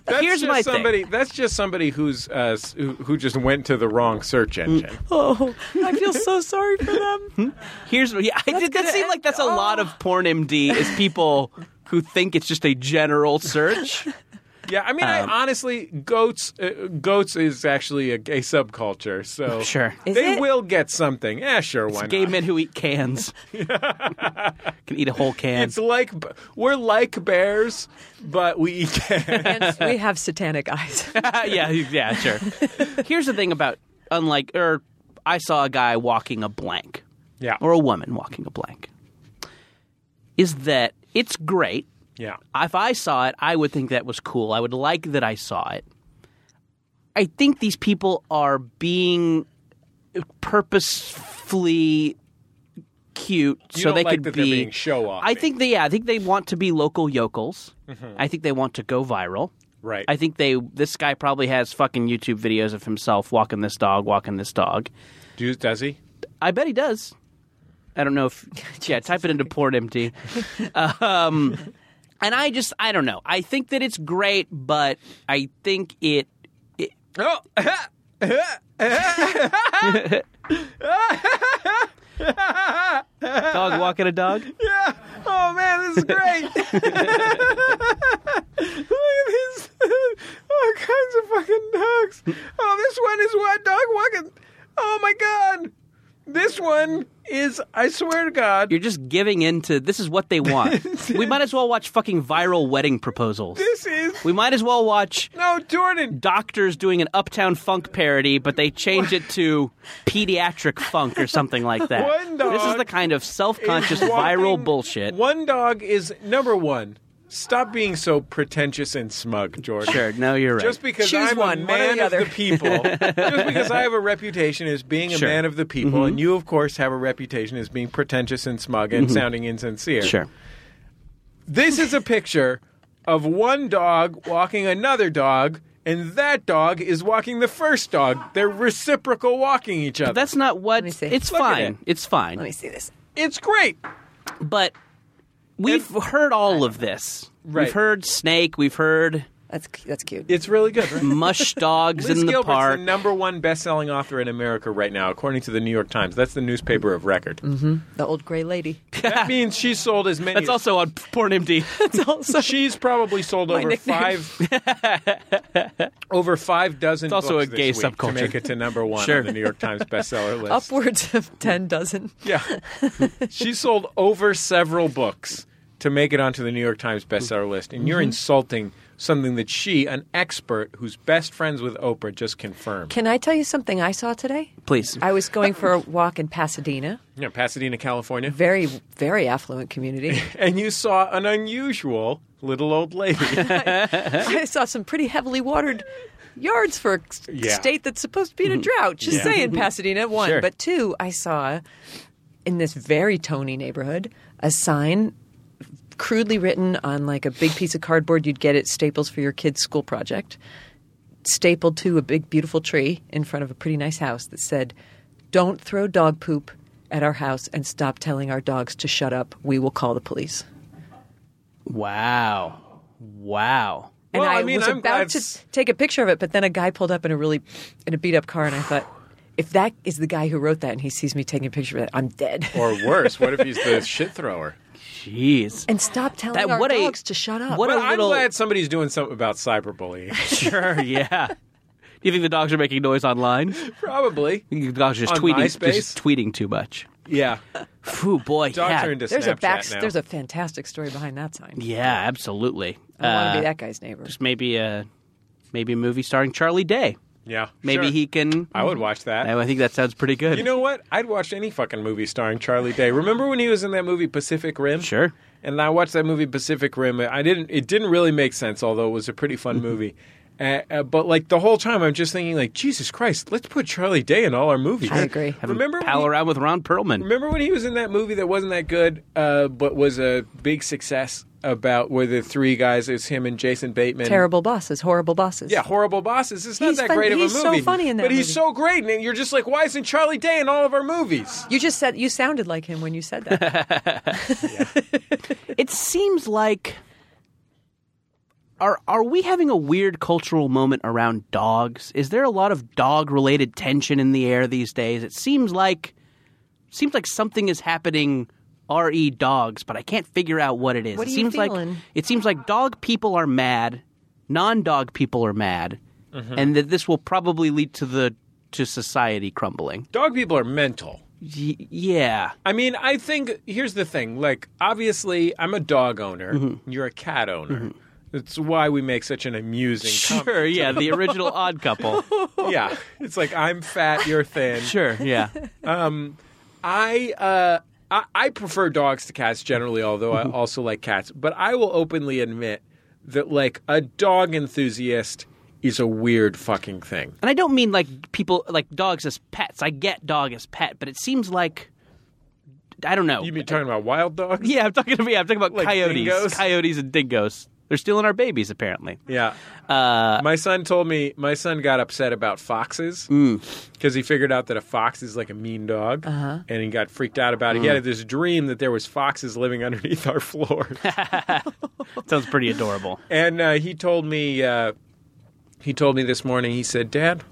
Speaker 2: That's
Speaker 3: Here's
Speaker 2: just
Speaker 3: my thing.
Speaker 2: somebody. That's just somebody who's uh, s- who, who just went to the wrong search
Speaker 3: Mm.
Speaker 2: engine.
Speaker 5: oh, I feel so sorry for them.
Speaker 3: Hmm? Here's what yeah, I did that
Speaker 5: gonna
Speaker 3: seem
Speaker 5: end-
Speaker 3: like that's a lot
Speaker 5: oh.
Speaker 3: of porn MD is people who think it's just a general search.
Speaker 2: Yeah, I mean,
Speaker 3: Um,
Speaker 2: I, honestly, goats uh, goats is actually a gay subculture. So
Speaker 3: Sure.
Speaker 5: Is
Speaker 2: they
Speaker 5: it?
Speaker 2: will get something. Yeah, sure. why
Speaker 3: It's gay
Speaker 2: not?
Speaker 3: men who eat cans. can eat a whole can.
Speaker 2: It's like we're like bears, but we eat cats.
Speaker 5: And we have satanic eyes.
Speaker 3: Uh, yeah, yeah, sure. Here's the thing about unlike or I saw a guy walking a blank.
Speaker 2: Yeah.
Speaker 3: Or a woman walking a blank. Is that it's great.
Speaker 2: yeah.
Speaker 3: If I saw it, I would think that was cool. I would like that I saw it. I think these people are being purposefully cute,
Speaker 2: You
Speaker 3: so
Speaker 2: don't
Speaker 3: they
Speaker 2: like
Speaker 3: could
Speaker 2: that they're
Speaker 3: be
Speaker 2: being show-offy.
Speaker 3: I think they, yeah, I think they want to be local yokels. I think they want to go viral.
Speaker 2: Right.
Speaker 3: I think they. This guy probably has fucking YouTube videos of himself walking this dog, walking this dog.
Speaker 2: Do, does he?
Speaker 3: I bet he does. I don't know if yeah. Type it into PortMD. um, and I just I don't know. I think that it's great, but I think it. it
Speaker 2: Oh,
Speaker 3: dog walking a dog.
Speaker 2: yeah. Oh man, this is great. Look at these all kinds of fucking dogs. Oh, this one is what dog walking. Oh my god. This one is I swear to God.
Speaker 3: You're just giving in to this is what they want. we might as well watch fucking viral wedding proposals.
Speaker 2: This is
Speaker 3: We might as well watch
Speaker 2: No, Jordan.
Speaker 3: doctors doing an uptown funk parody, but they change it to pediatric funk or something like that.
Speaker 2: One
Speaker 3: this is
Speaker 2: dog
Speaker 3: the kind of self conscious
Speaker 2: Walking-
Speaker 3: viral bullshit.
Speaker 2: One dog is number one. Stop being so pretentious and smug, Jordan.
Speaker 3: Sure, no, you're right.
Speaker 2: Just because
Speaker 5: Choose
Speaker 2: I'm
Speaker 5: one,
Speaker 2: a
Speaker 5: one or
Speaker 2: man
Speaker 5: the
Speaker 2: of
Speaker 5: other.
Speaker 2: the people, just because I have a reputation as being
Speaker 3: Sure. Mm-hmm.
Speaker 2: a man of the people, and you, of course, have a reputation as being pretentious and smug and sounding insincere.
Speaker 3: Mm-hmm. sure.
Speaker 2: This is a picture of one dog walking another dog, and that dog is walking the first dog. They're reciprocal walking each other.
Speaker 3: That's not what
Speaker 5: me see.
Speaker 3: it's
Speaker 2: Look at
Speaker 3: fine.
Speaker 2: it.
Speaker 3: It's fine.
Speaker 5: Let me see this.
Speaker 2: it's great.
Speaker 3: but we've heard all of this.
Speaker 2: Right.
Speaker 3: We've heard snake, we've heard
Speaker 5: That's cu- that's cute.
Speaker 2: It's really good. Right?
Speaker 3: mush dogs
Speaker 2: Liz
Speaker 3: Mm-hmm. in the
Speaker 2: Gilbert's
Speaker 3: park.
Speaker 2: the number one best-selling author in America right now, according to the New York Times. That's the newspaper of record.
Speaker 5: The old gray lady.
Speaker 2: That means she sold as many.
Speaker 3: Mm-hmm. That's also on PornMD.
Speaker 5: It's also
Speaker 2: she's probably sold over five over five dozen. It's
Speaker 3: also a gay
Speaker 2: this week
Speaker 3: subculture.
Speaker 2: to make it to number one
Speaker 3: Sure.
Speaker 2: on the New York Times bestseller list.
Speaker 5: upwards of ten dozen.
Speaker 2: Yeah, she sold over several books to make it onto the New York Times bestseller list, and you're insulting something that she, an expert who's best friends with Oprah, just confirmed.
Speaker 5: Can I tell you something I saw today?
Speaker 3: Please.
Speaker 5: I was going for a walk in Pasadena,
Speaker 2: yeah, Pasadena, California.
Speaker 5: very very affluent community.
Speaker 2: and you saw an unusual little old lady.
Speaker 5: I saw some pretty heavily watered yards for a s-
Speaker 2: Yeah. Mm-hmm.
Speaker 5: state that's supposed to be in a drought. Just
Speaker 2: Yeah.
Speaker 5: saying, Pasadena, one.
Speaker 2: Sure.
Speaker 5: But two, I saw in this very Tony neighborhood a sign crudely written on like a big piece of cardboard you'd get at Staples for your kid's school project, stapled to a big, beautiful tree in front of a pretty nice house that said, Don't throw dog poop at our house and stop telling our dogs to shut up. We will call the police.
Speaker 3: wow. Wow.
Speaker 5: And
Speaker 2: Well,
Speaker 5: I,
Speaker 2: I mean,
Speaker 5: was
Speaker 2: I'm
Speaker 5: about
Speaker 2: glad
Speaker 5: to
Speaker 2: s-
Speaker 5: take a picture of it, but then a guy pulled up in a really in a beat up car, and I thought, if that is the guy who wrote that, and he sees me taking a picture of it, I'm dead.
Speaker 2: or worse, what if he's the shit thrower?
Speaker 3: Jeez.
Speaker 5: and stop telling
Speaker 3: That-
Speaker 5: our
Speaker 3: what a-
Speaker 5: dogs to shut up.
Speaker 3: what a-
Speaker 2: But I'm
Speaker 3: little-
Speaker 2: glad somebody's doing something about cyberbullying.
Speaker 3: Sure, yeah. Do you think the dogs are making noise online?
Speaker 2: Probably.
Speaker 3: The dogs are just
Speaker 2: On
Speaker 3: tweeting,
Speaker 2: MySpace?
Speaker 3: just tweeting too much.
Speaker 2: Yeah.
Speaker 3: Phew, boy,
Speaker 2: Dogs
Speaker 3: yeah,
Speaker 2: are into
Speaker 5: there's
Speaker 2: Snapchat
Speaker 5: a back,
Speaker 2: now.
Speaker 5: there's a fantastic story behind that sign.
Speaker 3: yeah, absolutely.
Speaker 5: I want to
Speaker 3: Uh,
Speaker 5: be that guy's neighbor.
Speaker 3: Just maybe a maybe a movie starring Charlie Day.
Speaker 2: yeah.
Speaker 3: Maybe
Speaker 2: sure.
Speaker 3: he can.
Speaker 2: I would watch that.
Speaker 3: I think that sounds pretty good.
Speaker 2: You know what? I'd watch any fucking movie starring Charlie Day. Remember when he was in that movie Pacific Rim?
Speaker 3: Sure.
Speaker 2: And I watched that movie Pacific Rim. I didn't. It didn't really make sense, although it was a pretty fun movie. Uh, uh, but like the whole time, I'm just thinking, like Jesus Christ, let's put Charlie Day in all our movies.
Speaker 5: I agree. Have
Speaker 3: Have him
Speaker 2: Remember when
Speaker 3: pal
Speaker 2: he-
Speaker 3: around with Ron Perlman.
Speaker 2: Remember when he was in that movie that wasn't that good, uh, but was a big success about where the three guys, it's him and Jason Bateman.
Speaker 5: Terrible bosses, horrible bosses.
Speaker 2: Yeah, horrible bosses. It's not
Speaker 5: He's
Speaker 2: that
Speaker 5: fun-
Speaker 2: great of a
Speaker 5: he's
Speaker 2: movie.
Speaker 5: so funny in that
Speaker 2: But he's
Speaker 5: movie.
Speaker 2: so great, and you're just like, why isn't Charlie Day in all of our movies?
Speaker 5: You just said you sounded like him when you said that.
Speaker 3: it seems like are are we having a weird cultural moment around dogs? Is there a lot of dog related tension in the air these days? It seems like seems like something is happening re dogs, but I can't figure out what it is.
Speaker 5: What
Speaker 3: it
Speaker 5: are you
Speaker 3: seems like
Speaker 5: feeling?
Speaker 3: it seems like dog people are mad, non dog people are mad, and that this will probably lead to the to society crumbling.
Speaker 2: Dog people are mental.
Speaker 3: Y- yeah.
Speaker 2: I mean, I think here's the thing. Like, obviously, I'm a dog owner. You're a cat owner. That's why we make such an amusing.
Speaker 3: Sure, yeah, the original odd couple.
Speaker 2: com- yeah, it's like I'm fat, you're thin.
Speaker 3: Sure, yeah.
Speaker 2: I uh I, I prefer dogs to cats generally, although I also like cats. But I will openly admit that like a dog enthusiast is a weird fucking thing.
Speaker 3: and I don't mean like people like dogs as pets. I get dog as pet, but it seems like I don't know.
Speaker 2: You mean talking about wild dogs?
Speaker 3: yeah, I'm talking about yeah, I'm talking about
Speaker 2: Like
Speaker 3: coyotes,
Speaker 2: dingoes?
Speaker 3: coyotes and dingoes. They're stealing our babies, apparently.
Speaker 2: Yeah.
Speaker 3: Uh,
Speaker 2: my son told me my son got upset about foxes because he figured out that a fox is like a mean dog,
Speaker 5: Uh-huh.
Speaker 2: and he got freaked out about it.
Speaker 5: Mm.
Speaker 2: He had this dream that there was foxes living underneath our floors,
Speaker 3: sounds pretty adorable.
Speaker 2: and uh, he told me uh, he told me this morning. He said, "Dad,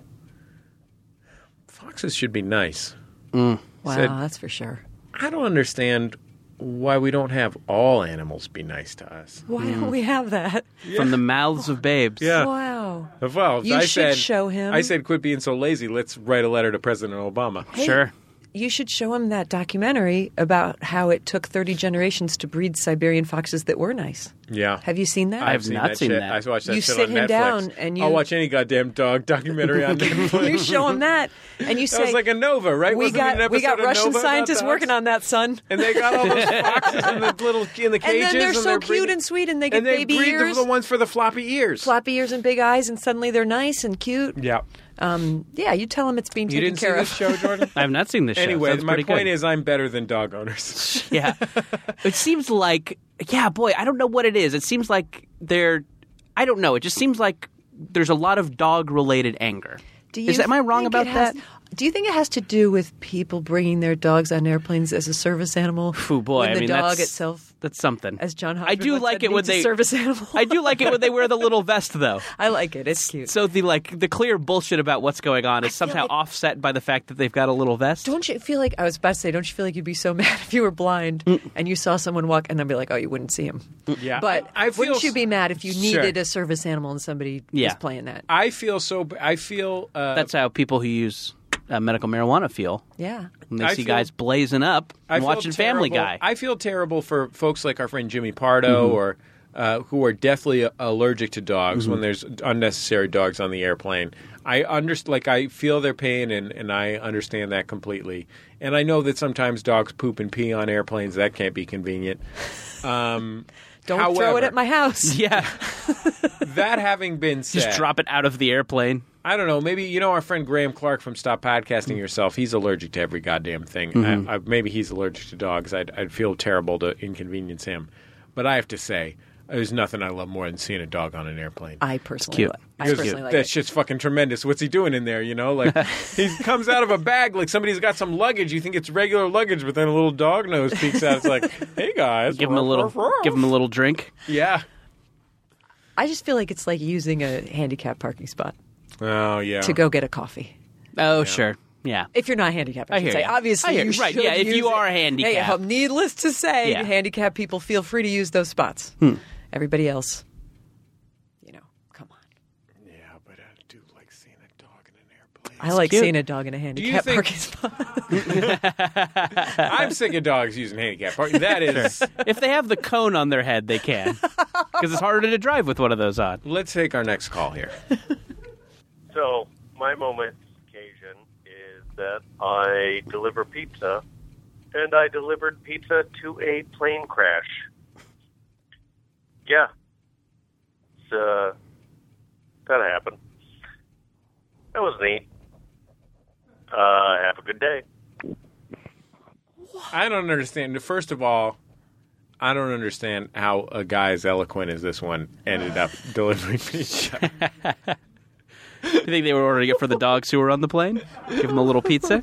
Speaker 2: foxes should be nice.
Speaker 5: Wow,
Speaker 2: Said-
Speaker 5: that's for sure.
Speaker 2: I don't understand." Why we don't have all animals be nice to us?
Speaker 5: Why don't we have that?
Speaker 3: From the mouths of babes.
Speaker 5: Wow.
Speaker 2: Well,
Speaker 5: You
Speaker 2: I
Speaker 5: should
Speaker 2: said,
Speaker 5: show him.
Speaker 2: I said, quit being so lazy. Let's write a letter to President Obama.
Speaker 3: Sure.
Speaker 5: You should show him that documentary about how it took 30 generations to breed Siberian foxes that were nice.
Speaker 2: Yeah.
Speaker 5: Have you seen that?
Speaker 2: I've
Speaker 3: I've
Speaker 2: seen
Speaker 3: not
Speaker 2: that
Speaker 3: seen
Speaker 2: shit.
Speaker 3: that.
Speaker 2: I watched that
Speaker 5: You
Speaker 2: shit
Speaker 5: sit
Speaker 2: on
Speaker 5: him
Speaker 2: Netflix.
Speaker 5: down and
Speaker 2: I'll
Speaker 5: you-
Speaker 2: watch any goddamn dog documentary on Netflix.
Speaker 5: you show him that, and you
Speaker 2: that
Speaker 5: say,
Speaker 2: was like a Nova, right?
Speaker 5: "We
Speaker 2: Wasn't it an
Speaker 5: got we got
Speaker 2: episode of
Speaker 5: Russian
Speaker 2: Nova about
Speaker 5: scientists
Speaker 2: dogs?
Speaker 5: working on that, son."
Speaker 2: And they got all those foxes in the little in the
Speaker 5: And
Speaker 2: cages,
Speaker 5: then they're so
Speaker 2: they're
Speaker 5: cute
Speaker 2: breeding-
Speaker 5: and sweet, and they get
Speaker 2: and they
Speaker 5: baby
Speaker 2: breed the-
Speaker 5: ears.
Speaker 2: the ones for the floppy ears.
Speaker 5: Floppy ears and big eyes, and suddenly they're nice and cute.
Speaker 2: yeah,
Speaker 5: Um, yeah, you tell him it's being
Speaker 2: you
Speaker 5: taken
Speaker 2: didn't see
Speaker 5: care
Speaker 2: this
Speaker 5: of.
Speaker 2: show, Jordan.
Speaker 3: I have not seen this show.
Speaker 2: anyway,
Speaker 3: Sounds
Speaker 2: my
Speaker 3: pretty
Speaker 2: point
Speaker 3: good.
Speaker 2: is, I'm better than dog owners.
Speaker 3: yeah. It seems like yeah, boy, I don't know what it is. It seems like they're I don't know. It just seems like there's a lot of dog related anger.
Speaker 5: Do
Speaker 3: is
Speaker 5: you
Speaker 3: that am I wrong
Speaker 5: think
Speaker 3: about
Speaker 5: it has-
Speaker 3: that?
Speaker 5: Do you think it has to do with people bringing their dogs on airplanes as a service animal?
Speaker 3: Oh boy,
Speaker 5: when
Speaker 3: I
Speaker 5: the
Speaker 3: mean
Speaker 5: dog
Speaker 3: that's
Speaker 5: itself,
Speaker 3: that's something.
Speaker 5: as John Hodgman
Speaker 3: I do
Speaker 5: once
Speaker 3: like
Speaker 5: said,
Speaker 3: it when
Speaker 5: needs a
Speaker 3: they
Speaker 5: service animal.
Speaker 3: I do like it when they wear the little vest though.
Speaker 5: I like it. It's cute.
Speaker 3: So the like the clear bullshit about what's going on is somehow
Speaker 5: like-
Speaker 3: offset by the fact that they've got a little vest.
Speaker 5: don't you feel like I was about to say? Don't you feel like you'd be so mad if you were blind
Speaker 3: Mm.
Speaker 5: and you saw someone walk and then be like, "Oh, you wouldn't see him."
Speaker 2: Yeah.
Speaker 5: but
Speaker 2: I- I feel
Speaker 5: wouldn't you
Speaker 2: s-
Speaker 5: be mad if you
Speaker 2: Sure.
Speaker 5: needed a service animal and somebody
Speaker 3: Yeah.
Speaker 5: was playing that?
Speaker 2: I feel so. b- I feel uh,
Speaker 3: That's how people who use uh, medical marijuana feel
Speaker 5: yeah,
Speaker 3: when they
Speaker 2: I
Speaker 3: see
Speaker 2: feel-
Speaker 3: guys blazing up
Speaker 2: I
Speaker 3: and
Speaker 2: feel
Speaker 3: watching Family
Speaker 2: terrible-
Speaker 3: Guy. Mm-hmm.
Speaker 2: I feel terrible for folks like our friend Jimmy Pardo or uh, who are deathly allergic to dogs
Speaker 3: Mm-hmm.
Speaker 2: when there's unnecessary dogs on the airplane. I understand, like I feel their pain, and, and I understand that completely. And I know that sometimes dogs poop and pee on airplanes. That can't be convenient. Um,
Speaker 5: don't throw it
Speaker 2: however,
Speaker 5: at my house.
Speaker 3: yeah,
Speaker 2: That having been said,
Speaker 3: just drop it out of the airplane.
Speaker 2: I don't know. Maybe you know our friend Graham Clark from Stop Podcasting Yourself. He's allergic to every goddamn thing. I, I, maybe he's allergic to dogs. I'd, I'd feel terrible to inconvenience him. But I have to say, there's nothing I love more than seeing a dog on an airplane.
Speaker 5: I personally,
Speaker 3: cute.
Speaker 5: li- I
Speaker 2: Because
Speaker 5: personally like
Speaker 2: that
Speaker 5: it.
Speaker 2: shit's fucking tremendous. What's he doing in there? You know, like he comes out of a bag like somebody's got some luggage. You think it's regular luggage, but then a little dog nose peeks out. It's like, hey guys,
Speaker 3: Give him a little, give him a little drink.
Speaker 2: yeah.
Speaker 5: I just feel like it's like using a handicapped parking spot
Speaker 2: Oh yeah.
Speaker 5: to go get a coffee.
Speaker 3: Oh sure, yeah.
Speaker 5: If you're not handicapped, I,
Speaker 3: I
Speaker 5: should
Speaker 3: hear
Speaker 5: say.
Speaker 3: you.
Speaker 5: Obviously,
Speaker 3: I hear
Speaker 5: you
Speaker 3: you. Right,
Speaker 5: should
Speaker 3: yeah, if
Speaker 5: use
Speaker 3: you are
Speaker 5: it. Hey,
Speaker 3: handicapped.
Speaker 5: um, needless to say,
Speaker 3: Yeah. Hmm.
Speaker 5: handicapped people feel free to use those spots. Everybody else, you know, come on.
Speaker 2: Yeah, but I do like seeing a dog in an airplane.
Speaker 5: I like
Speaker 3: cute.
Speaker 5: seeing a dog in a
Speaker 2: you
Speaker 5: handicapped
Speaker 2: think-
Speaker 5: parking spot.
Speaker 2: I'm sick of dogs using handicap parking. That is.
Speaker 3: if they have the cone on their head, they can, because it's harder to drive with one of those on.
Speaker 2: Let's take our next call here.
Speaker 9: So my moment's occasion is that I deliver pizza, and I delivered pizza to a plane crash. Yeah, it's uh, gotta happen. That was neat. Uh, have a good day.
Speaker 2: I don't understand. First of all, I don't understand how a guy as eloquent as this one ended up delivering pizza.
Speaker 3: You think they were ordering it for the dogs who were on the plane? Give them a little pizza.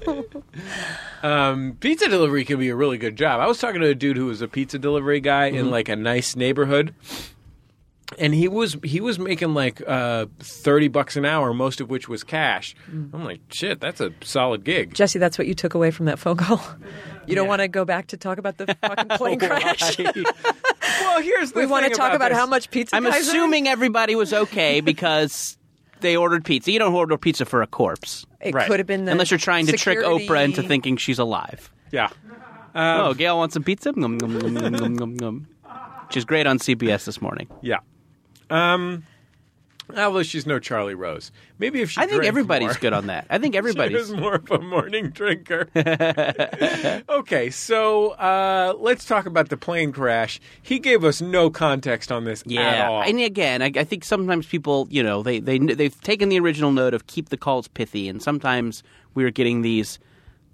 Speaker 2: Um, pizza delivery can be a really good job. I was talking to a dude who was a pizza delivery guy in like a nice neighborhood. And he was he was making like uh, thirty bucks an hour, most of which was cash. I'm like, shit, that's a solid gig.
Speaker 5: Jesse, that's what you took away from that phone call. You don't want to go back to talk about the fucking plane crash.
Speaker 2: well, here's the
Speaker 5: we want to
Speaker 2: thing
Speaker 5: talk about
Speaker 2: this.
Speaker 5: how much pizza.
Speaker 3: I'm
Speaker 5: guys are-
Speaker 3: assuming everybody was okay because they ordered pizza. You don't order pizza for a corpse.
Speaker 5: it
Speaker 2: Right.
Speaker 5: could have been the
Speaker 3: Unless you're trying to
Speaker 5: security-
Speaker 3: trick Oprah into thinking she's alive.
Speaker 2: Yeah.
Speaker 3: oh, Gail wants some pizza. Nom, nom, nom, nom, nom, nom, nom. She's great on CBS this morning.
Speaker 2: Yeah. Um, although she's no Charlie Rose. Maybe if she
Speaker 3: I think
Speaker 2: drank
Speaker 3: everybody's
Speaker 2: more.
Speaker 3: good on that. I think
Speaker 2: She was
Speaker 3: everybody's.
Speaker 2: more of a morning drinker. okay, so uh, let's talk about the plane crash. He gave us no context on this at all.
Speaker 3: Yeah, and again, I, I think sometimes people, you know, they they they've taken the original note of keep the calls pithy, and sometimes we're getting these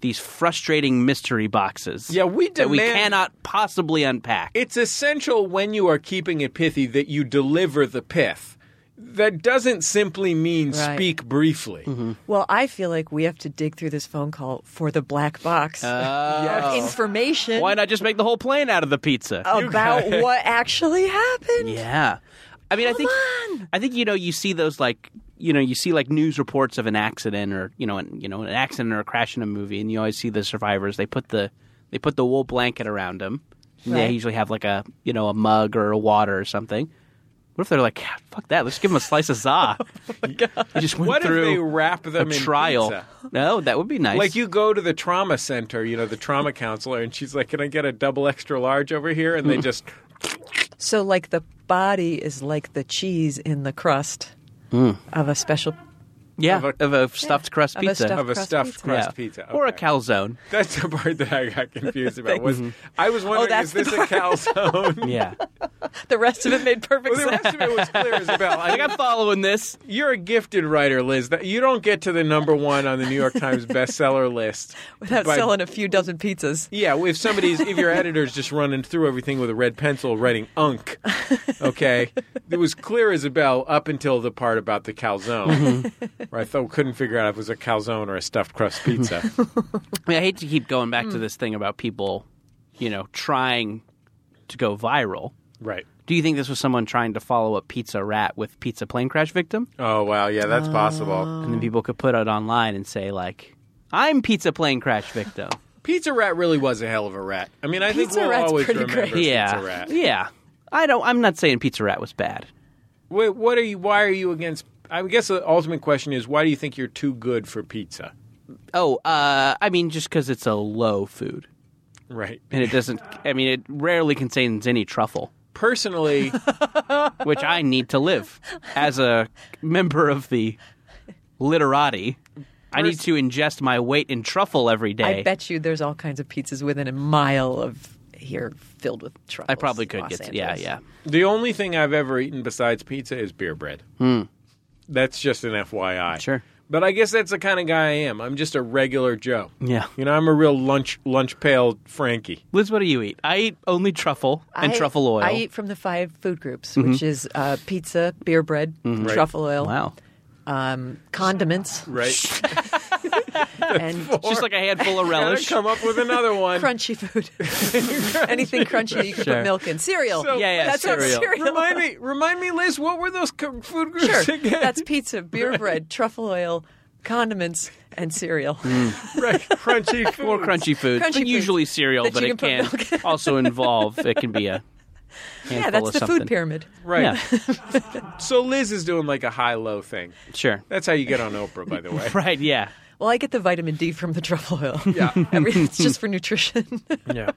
Speaker 3: these frustrating mystery boxes.
Speaker 2: Yeah, we
Speaker 3: that we
Speaker 2: demand-
Speaker 3: cannot possibly unpack.
Speaker 2: It's essential when you are keeping it pithy that you deliver the pith. That doesn't simply mean
Speaker 5: Right.
Speaker 2: speak briefly.
Speaker 3: Mm-hmm.
Speaker 5: Well, I feel like we have to dig through this phone call for the black box
Speaker 2: Uh,
Speaker 5: of information
Speaker 3: Why not just make the whole plane out of the pizza?
Speaker 5: about what actually happened.
Speaker 3: Yeah. I mean, I think I think you know you see those like you know you see like news reports of an accident or you know an, you know an accident or a crash in a movie, and you always see the survivors. They put the they put the wool blanket around them. And They
Speaker 5: Right.
Speaker 3: usually have like a you know a mug or a water or something. What if they're like, "God, fuck that? Let's give them a slice of za. They just went
Speaker 2: What if
Speaker 3: through
Speaker 2: they wrap
Speaker 3: a
Speaker 2: them in
Speaker 3: trial.
Speaker 2: pizza?
Speaker 3: No, that would be nice.
Speaker 2: Like you go to the trauma center, you know, the trauma counselor, and she's like, "Can I get a double extra large over here?" And they just
Speaker 5: So, like the body is like the cheese in the crust of a special.
Speaker 3: yeah,
Speaker 2: of
Speaker 3: of
Speaker 2: a-
Speaker 3: a, stuffed crust
Speaker 5: of a
Speaker 3: pizza.
Speaker 5: stuffed
Speaker 2: have a
Speaker 5: Crust
Speaker 2: stuffed
Speaker 5: pizza.
Speaker 2: crust
Speaker 3: Yeah.
Speaker 2: pizza
Speaker 3: or a
Speaker 2: Okay.
Speaker 3: calzone.
Speaker 2: That's the part that I got confused about.
Speaker 3: Mm-hmm.
Speaker 2: Was I was wondering,
Speaker 5: Oh, that's
Speaker 2: is this
Speaker 5: the
Speaker 2: a calzone?
Speaker 3: Yeah,
Speaker 5: The rest of it made perfect
Speaker 2: well, the rest of it was clear, Isabel. I
Speaker 3: I think
Speaker 2: mean,
Speaker 3: I'm following this.
Speaker 2: you're a gifted writer, Liz. That you don't get to the number one on the New York Times bestseller list
Speaker 5: without
Speaker 2: by-
Speaker 5: selling a few dozen pizzas.
Speaker 2: Yeah, if somebody's if your editor's just running through everything with a red pencil, writing "unk," okay, it was clear as a bell up until the part about the calzone,
Speaker 5: Mm-hmm.
Speaker 2: where I thought couldn't figure out if it was a calzone or a stuffed crust pizza.
Speaker 3: I mean, I hate to keep going back to this thing about people, you know, trying to go viral.
Speaker 2: right.
Speaker 3: Do you think this was someone trying to follow up Pizza Rat with Pizza Plane Crash Victim?
Speaker 2: Oh wow, yeah, that's possible.
Speaker 5: Oh.
Speaker 3: And then people could put it online and say, like, I'm Pizza Plane Crash Victim.
Speaker 2: Pizza Rat really was a hell of a rat. I mean, I
Speaker 5: Pizza
Speaker 2: think we'll
Speaker 5: Rat's
Speaker 2: always
Speaker 5: pretty
Speaker 2: remember
Speaker 5: great.
Speaker 3: yeah.
Speaker 2: Pizza Rat.
Speaker 3: Yeah. I don't, I'm not saying Pizza Rat was bad.
Speaker 2: Wait, what are you? Why are you against? I guess the ultimate question is why do you think you're too good for pizza?
Speaker 3: Oh, uh, I mean, just because it's a low food.
Speaker 2: Right.
Speaker 3: And it doesn't, I mean, it rarely contains any truffle,
Speaker 2: Personally,
Speaker 3: which I need to live as a member of the literati. I need to ingest my weight in truffle every day.
Speaker 5: I bet you there's all kinds of pizzas within a mile of here filled with truffles.
Speaker 3: I probably could
Speaker 5: Los
Speaker 3: get to, yeah,
Speaker 5: Angeles.
Speaker 3: yeah.
Speaker 2: The only thing I've ever eaten besides pizza is beer bread. That's just an FYI.
Speaker 3: Sure.
Speaker 2: But I guess that's the kind of guy I am. I'm just a regular Joe.
Speaker 3: Yeah.
Speaker 2: You know, I'm a real lunch lunch pail Frankie.
Speaker 3: Liz, what do you eat? I eat only truffle and
Speaker 5: I-
Speaker 3: truffle oil. Mm-hmm.
Speaker 5: I eat from the five food groups, which is uh, pizza, beer bread,
Speaker 2: Right.
Speaker 5: truffle oil,
Speaker 3: Wow.
Speaker 5: um, condiments,
Speaker 2: Right.
Speaker 5: and
Speaker 3: Just like a handful of
Speaker 2: Gotta
Speaker 3: relish.
Speaker 2: come up with another one.
Speaker 5: crunchy food. Anything crunchy that you can
Speaker 3: Sure.
Speaker 5: put milk in. Cereal.
Speaker 2: So-
Speaker 3: Yeah, yeah,
Speaker 5: That's what
Speaker 3: cereal.
Speaker 5: cereal.
Speaker 2: Remind me, remind me, Liz. What were those co- food groups
Speaker 5: Sure.
Speaker 2: again?
Speaker 5: That's pizza, beer bread, truffle oil, condiments, and cereal.
Speaker 3: Mm.
Speaker 2: right. Crunchy food.
Speaker 3: More crunchy foods,
Speaker 5: Crunchy
Speaker 3: but usually cereal,
Speaker 5: that
Speaker 3: but
Speaker 5: you
Speaker 3: it
Speaker 5: can
Speaker 3: can
Speaker 5: put
Speaker 3: also involve, it can be a
Speaker 5: yeah,
Speaker 3: handful
Speaker 5: that's
Speaker 3: of
Speaker 5: the
Speaker 3: something.
Speaker 5: food pyramid.
Speaker 2: Right.
Speaker 3: Yeah,
Speaker 2: So Liz is doing like a high low thing.
Speaker 3: sure.
Speaker 2: That's how you get on Oprah, by the way.
Speaker 3: Right, yeah.
Speaker 5: Well, I get the vitamin D from the truffle oil.
Speaker 2: Yeah.
Speaker 5: Every, it's just for nutrition.
Speaker 2: Yeah.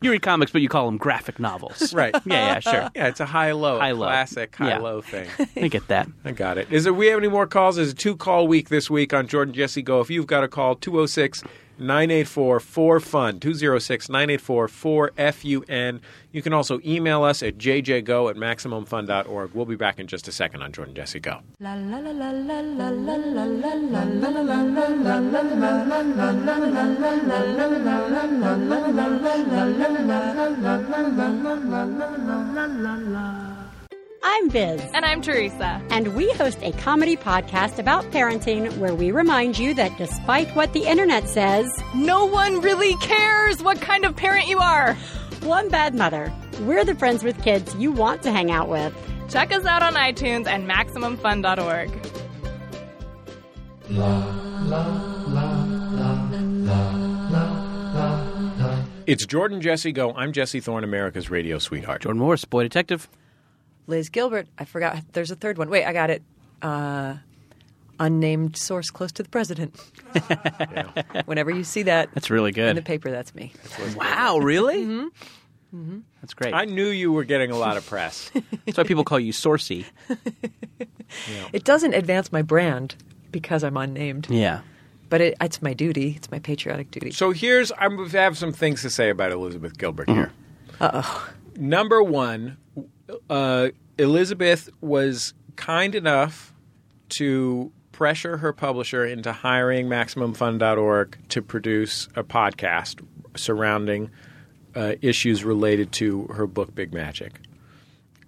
Speaker 3: You read comics, but you call them graphic novels.
Speaker 2: Right.
Speaker 3: Yeah, yeah, sure.
Speaker 2: Yeah, it's a high low,
Speaker 3: High-low.
Speaker 2: classic high
Speaker 3: Yeah.
Speaker 2: low thing.
Speaker 3: I get that.
Speaker 2: I got it. Is there we have any more calls? Is a two call week this week on Jordan Jesse Go. If you've got a call, 206 984 4FUN. 206 984 4FUN. You can also email us at jjgo at MaximumFun.org. We'll be back in just a second on Jordan Jesse Go.
Speaker 1: La la la la la la la la la la la la la la la la.
Speaker 10: I'm Biz,
Speaker 7: And I'm Teresa.
Speaker 10: and we host a comedy podcast about parenting where we remind you that despite what the internet says,
Speaker 7: No one really cares what kind of parent you are.
Speaker 10: one bad mother, we're the friends with kids you want to hang out with.
Speaker 7: Check us out on iTunes and MaximumFun.org.
Speaker 2: It's Jordan Jesse Go. I'm Jesse Thorne, America's radio sweetheart.
Speaker 3: Jordan Morris, Boy Detective.
Speaker 5: Liz Gilbert. I forgot. There's a third one. Wait, I got it. Uh, unnamed source close to the president. Whenever you see that
Speaker 3: That's really
Speaker 5: in the
Speaker 3: good.
Speaker 5: paper, that's me.
Speaker 3: Wow, really? mm-hmm. That's great.
Speaker 2: I knew you were getting a lot of press.
Speaker 3: That's why people call you Sourcey.
Speaker 5: It doesn't advance my brand because I'm unnamed,
Speaker 3: Yeah.
Speaker 5: but it, it's my duty. It's my patriotic duty.
Speaker 2: So here's I have some things to say about Elizabeth Gilbert here. Uh-oh. Number one, uh, Elizabeth was kind enough to pressure her publisher into hiring MaximumFun.org to produce a podcast surrounding uh, issues related to her book Big Magic.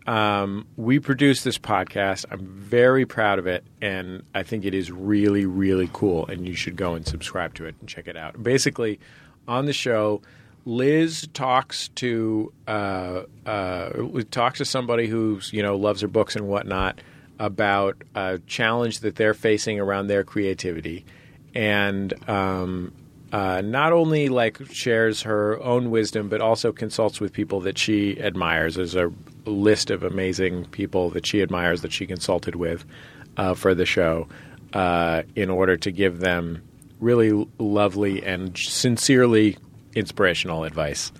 Speaker 2: Um, we produced this podcast. I'm very proud of it, and I think it is really, really cool. And you should go and subscribe to it and check it out. Basically, on the show, Liz talks to uh, uh, talks to somebody who's you know loves her books and whatnot about a challenge that they're facing around their creativity, and um, uh, not only like shares her own wisdom, but also consults with people that she admires. There's a list of amazing people that she admires that she consulted with uh, for the show uh, in order to give them really lovely and sincerely inspirational advice.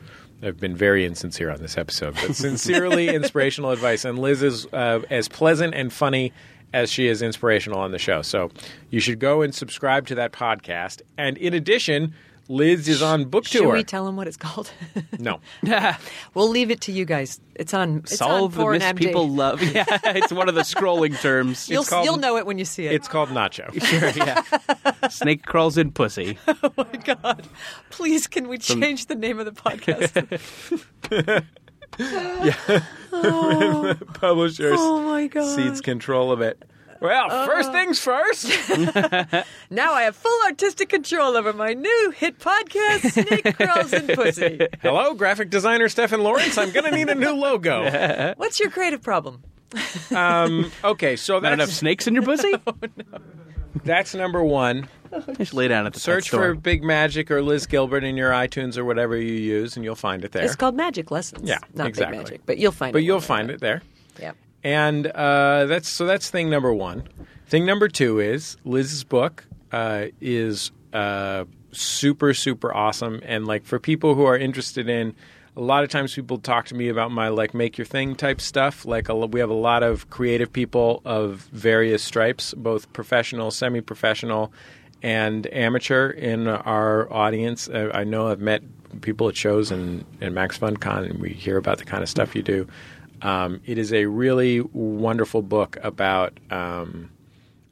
Speaker 2: I've been very insincere on this episode, but sincerely inspirational advice. And Liz is uh, as pleasant and funny as she is inspirational on the show. So you should go and subscribe to that podcast. And in addition, Liz is on book
Speaker 5: Should
Speaker 2: tour.
Speaker 5: we tell them what it's called?
Speaker 2: no.
Speaker 5: we'll leave it to you guys. It's on. It's
Speaker 3: Solve
Speaker 5: on
Speaker 3: the
Speaker 5: Porn
Speaker 3: mis-
Speaker 5: MD.
Speaker 3: people love. Yeah, it's one of the scrolling terms.
Speaker 5: You'll
Speaker 3: It's called
Speaker 5: you'll know it when you see it.
Speaker 2: It's called Nacho.
Speaker 3: snake crawls in pussy.
Speaker 5: Oh Please, can we change the name of the podcast?
Speaker 2: Publishers
Speaker 5: oh my god!
Speaker 2: cedes control of it. Well, first things first.
Speaker 5: Now I have full artistic control over my new hit podcast, Snake Crawls and Pussy.
Speaker 2: Hello, graphic designer Stefan Lawrence. I'm going to need a new logo.
Speaker 5: What's your creative problem?
Speaker 2: Um, okay, so
Speaker 3: Not enough
Speaker 2: that's,
Speaker 3: snakes in your pussy?
Speaker 2: that's number one.
Speaker 3: Just lay down at the pet
Speaker 2: Search
Speaker 3: store.
Speaker 2: for Big Magic or Liz Gilbert in your iTunes or whatever you use, and you'll find it there.
Speaker 5: It's called Magic Lessons.
Speaker 2: Yeah,
Speaker 5: not
Speaker 2: exactly.
Speaker 5: Big Magic, but you'll find it.
Speaker 2: but you'll find it there.
Speaker 5: Yeah.
Speaker 2: And uh, that's so that's thing number one. Thing number two is Liz's book uh, is uh, super super awesome, and like for people who are interested in. A lot of times people talk to me about my like make your thing type stuff. Like a, lo- we have a lot of creative people of various stripes, both professional, semi-professional, and amateur in our audience. Uh, I know I've met people at shows and, and Max FunCon, and we hear about the kind of stuff you do. Um, it is a really wonderful book about um,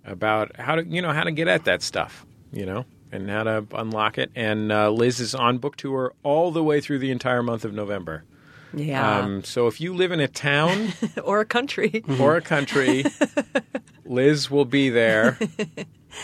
Speaker 2: about how to you know how to get at that stuff, you know, and how to unlock it. And uh, Liz is on book tour all the way through the entire month of November.
Speaker 5: Yeah.
Speaker 2: Um, so if you live in a town
Speaker 5: or a country.
Speaker 2: or a country, Liz will be there.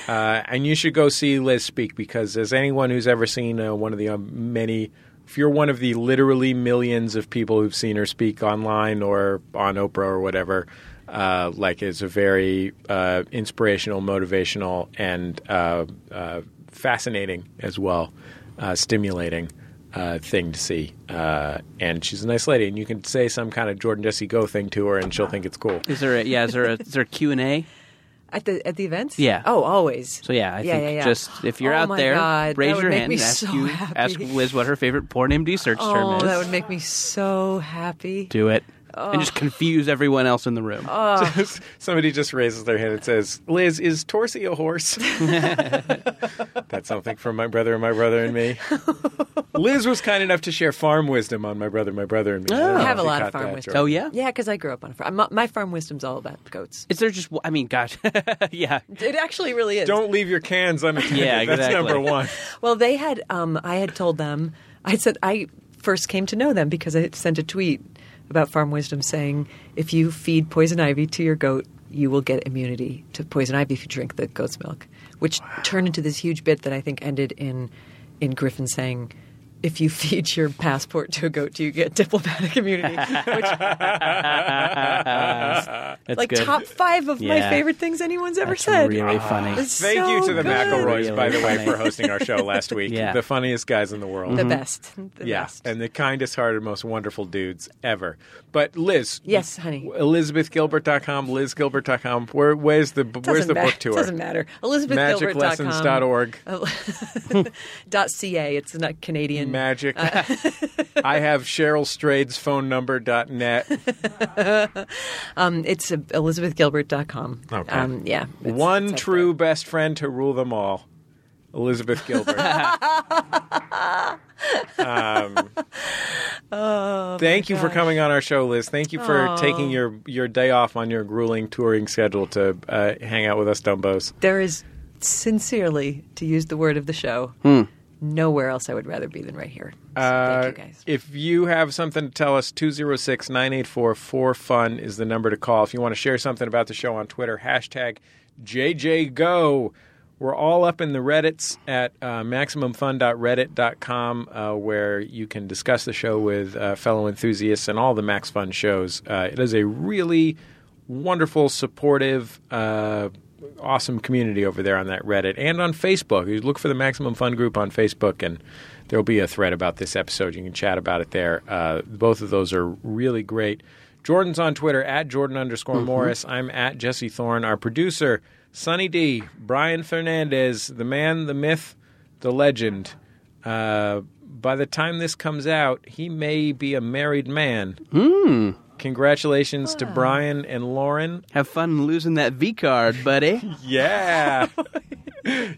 Speaker 2: Uh, and you should go see Liz speak because, as anyone who's ever seen uh, one of the um, many, if you're one of the literally millions of people who've seen her speak online or on Oprah or whatever, uh, like it's a very uh, inspirational, motivational, and uh, uh, fascinating as well, uh, stimulating. Uh, thing to see, uh, and she's a nice lady, and you can say some kind of Jordan Jesse Go thing to her, and she'll think it's cool.
Speaker 3: Is there a, yeah? Is there a, is there Q and A? Q&A?
Speaker 5: At the at the events?
Speaker 3: Yeah.
Speaker 5: Oh, always.
Speaker 3: So yeah, I
Speaker 5: Yeah,
Speaker 3: think
Speaker 5: yeah, yeah.
Speaker 3: just if you're
Speaker 5: Oh
Speaker 3: out
Speaker 5: my
Speaker 3: there,
Speaker 5: God, that
Speaker 3: raise
Speaker 5: would
Speaker 3: your
Speaker 5: make
Speaker 3: hand,
Speaker 5: me
Speaker 3: and ask
Speaker 5: so
Speaker 3: you,
Speaker 5: happy.
Speaker 3: ask Liz what her favorite porn MD search term
Speaker 5: Oh,
Speaker 3: is.
Speaker 5: that would Oh. make me so happy.
Speaker 3: Do it, and just confuse everyone else in the room.
Speaker 5: Oh. Uh.
Speaker 2: Somebody just raises their hand and says, Liz, is Torsi a horse? That's something from my brother and my brother and me. Liz was kind enough to share farm wisdom on my brother, my brother and me.
Speaker 5: I
Speaker 2: don't know
Speaker 5: Oh. have
Speaker 2: if
Speaker 5: a
Speaker 2: you
Speaker 5: lot of
Speaker 2: caught
Speaker 5: farm
Speaker 2: that,
Speaker 5: wisdom.
Speaker 2: Jordan.
Speaker 3: Oh, yeah?
Speaker 5: Yeah, because I grew up on a farm. My, my farm wisdom's all about goats.
Speaker 3: Is there just? I mean, gosh, yeah,
Speaker 5: It actually really is.
Speaker 2: Don't leave your cans unattended.
Speaker 3: Yeah,
Speaker 2: That's
Speaker 3: exactly.
Speaker 2: number one.
Speaker 5: Well, they had. Um, I had told them. I said I first came to know them because I had sent a tweet about farm wisdom saying if you feed poison ivy to your goat, you will get immunity to poison ivy if you drink the goat's milk, which turned into this huge bit that I think ended in in Griffin saying. If you feed your passport to a goat, you get diplomatic immunity. Which,
Speaker 3: that's
Speaker 5: like
Speaker 3: good.
Speaker 5: top five of my
Speaker 3: Yeah.
Speaker 5: favorite things anyone's ever
Speaker 3: that's
Speaker 5: said.
Speaker 3: really funny.
Speaker 5: It's
Speaker 2: Thank you
Speaker 5: so
Speaker 2: to the
Speaker 5: good.
Speaker 2: McElroys, by the
Speaker 3: Really
Speaker 2: way,
Speaker 3: funny.
Speaker 2: for hosting our show last week.
Speaker 3: Yeah.
Speaker 2: The funniest guys in the world.
Speaker 5: The best. The
Speaker 2: Mm-hmm. yeah,
Speaker 5: best.
Speaker 2: and the kindest hearted, most wonderful dudes ever. But Liz,
Speaker 5: Yes, honey.
Speaker 2: ElizabethGilbert.com, LizGilbert.com. Where, where's the where's
Speaker 5: Doesn't
Speaker 2: the
Speaker 5: ma-
Speaker 2: book tour?
Speaker 5: Doesn't matter. ElizabethGilbert.com.
Speaker 2: magiclessons.org
Speaker 5: Dot .ca. It's not Canadian.
Speaker 2: magic
Speaker 5: Uh,
Speaker 2: i have cheryl strade's phone number dot net
Speaker 5: um, it's uh, ElizabethGilbert.com.
Speaker 2: Okay.
Speaker 5: Um, yeah. it's-
Speaker 2: one
Speaker 5: it's up
Speaker 2: true best friend to rule them all elizabeth gilbert um,
Speaker 5: Oh,
Speaker 2: Thank you for coming on our show, Liz. Thank you for
Speaker 5: Aw.
Speaker 2: taking your, your day off on your grueling touring schedule to uh, hang out with us dumbos.
Speaker 5: There is sincerely, to use the word of the show, nowhere else I would rather be than right here.
Speaker 2: Hmm. Uh, If you have something to tell us, 206 984 4FUN is the number to call. If you want to share something about the show on Twitter, hashtag JJGo. We're all up in the Reddits at uh, MaximumFun.reddit.com uh, where you can discuss the show with uh, fellow enthusiasts and all the Max Fun shows. Uh, it is a really wonderful, supportive, uh, awesome community over there on that Reddit and on Facebook. You look for the Maximum Fun group on Facebook, and there'll be a thread about this episode. You can chat about it there. Uh, both of those are really great. Jordan's on Twitter at Jordan underscore
Speaker 11: Mhm.
Speaker 2: Morris. I'm at Jesse Thorne. Our producer, Sonny D, Brian Fernandez, the man, the myth, the legend. Uh, by the time this comes out, he may be a married man. Congratulations to Brian and Lauren.
Speaker 3: Have fun losing that V card, buddy.
Speaker 2: yeah.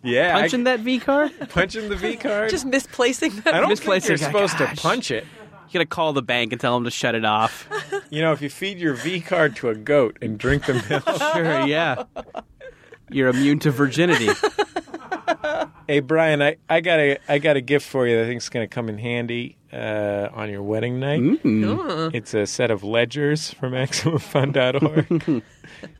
Speaker 2: yeah. I-
Speaker 3: Punching that V card?
Speaker 2: Punching the V card?
Speaker 5: Just misplacing that.
Speaker 2: I don't think you're supposed to punch it.
Speaker 3: You gotta call the bank and tell them to shut it off.
Speaker 2: You know, if you feed your V card to a goat and drink the milk.
Speaker 3: sure, yeah. You're immune to virginity.
Speaker 2: Hey Brian, I, I got a I got a gift for you that I think is going to come in handy uh, on your wedding night.
Speaker 3: Mm.
Speaker 2: It's a set of ledgers from MaximumFun.org.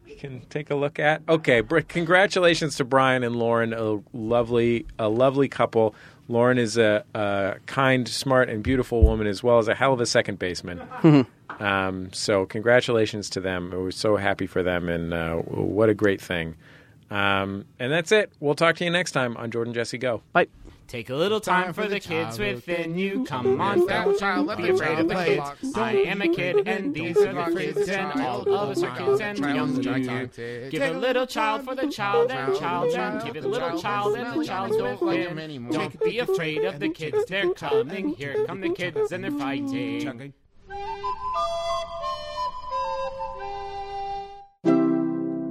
Speaker 2: you can take a look at. Okay, Br- congratulations to Brian and Lauren, a lovely a lovely couple. Lauren is a, a kind, smart, and beautiful woman, as well as a hell of a second baseman. Um, so congratulations to them. We're so happy for them, and uh, what a great thing. Um, and that's it. We'll talk to you next time on Jordan Jesse Go. Bye.
Speaker 12: Take a little time for the kids within you. Come
Speaker 6: Yes,
Speaker 12: on,
Speaker 6: that
Speaker 12: don't
Speaker 6: child,
Speaker 12: you
Speaker 6: let
Speaker 12: be
Speaker 6: the
Speaker 12: afraid of
Speaker 6: child
Speaker 12: the
Speaker 6: play.
Speaker 12: kids.
Speaker 6: Don't
Speaker 12: I am a kid, and these are the kids, and all of us are kids, and we all do. Give a little child for the child, and child, and give a little child, and the child don't win. Don't be afraid of the kids. They're coming. Here come the kids, and they're fighting.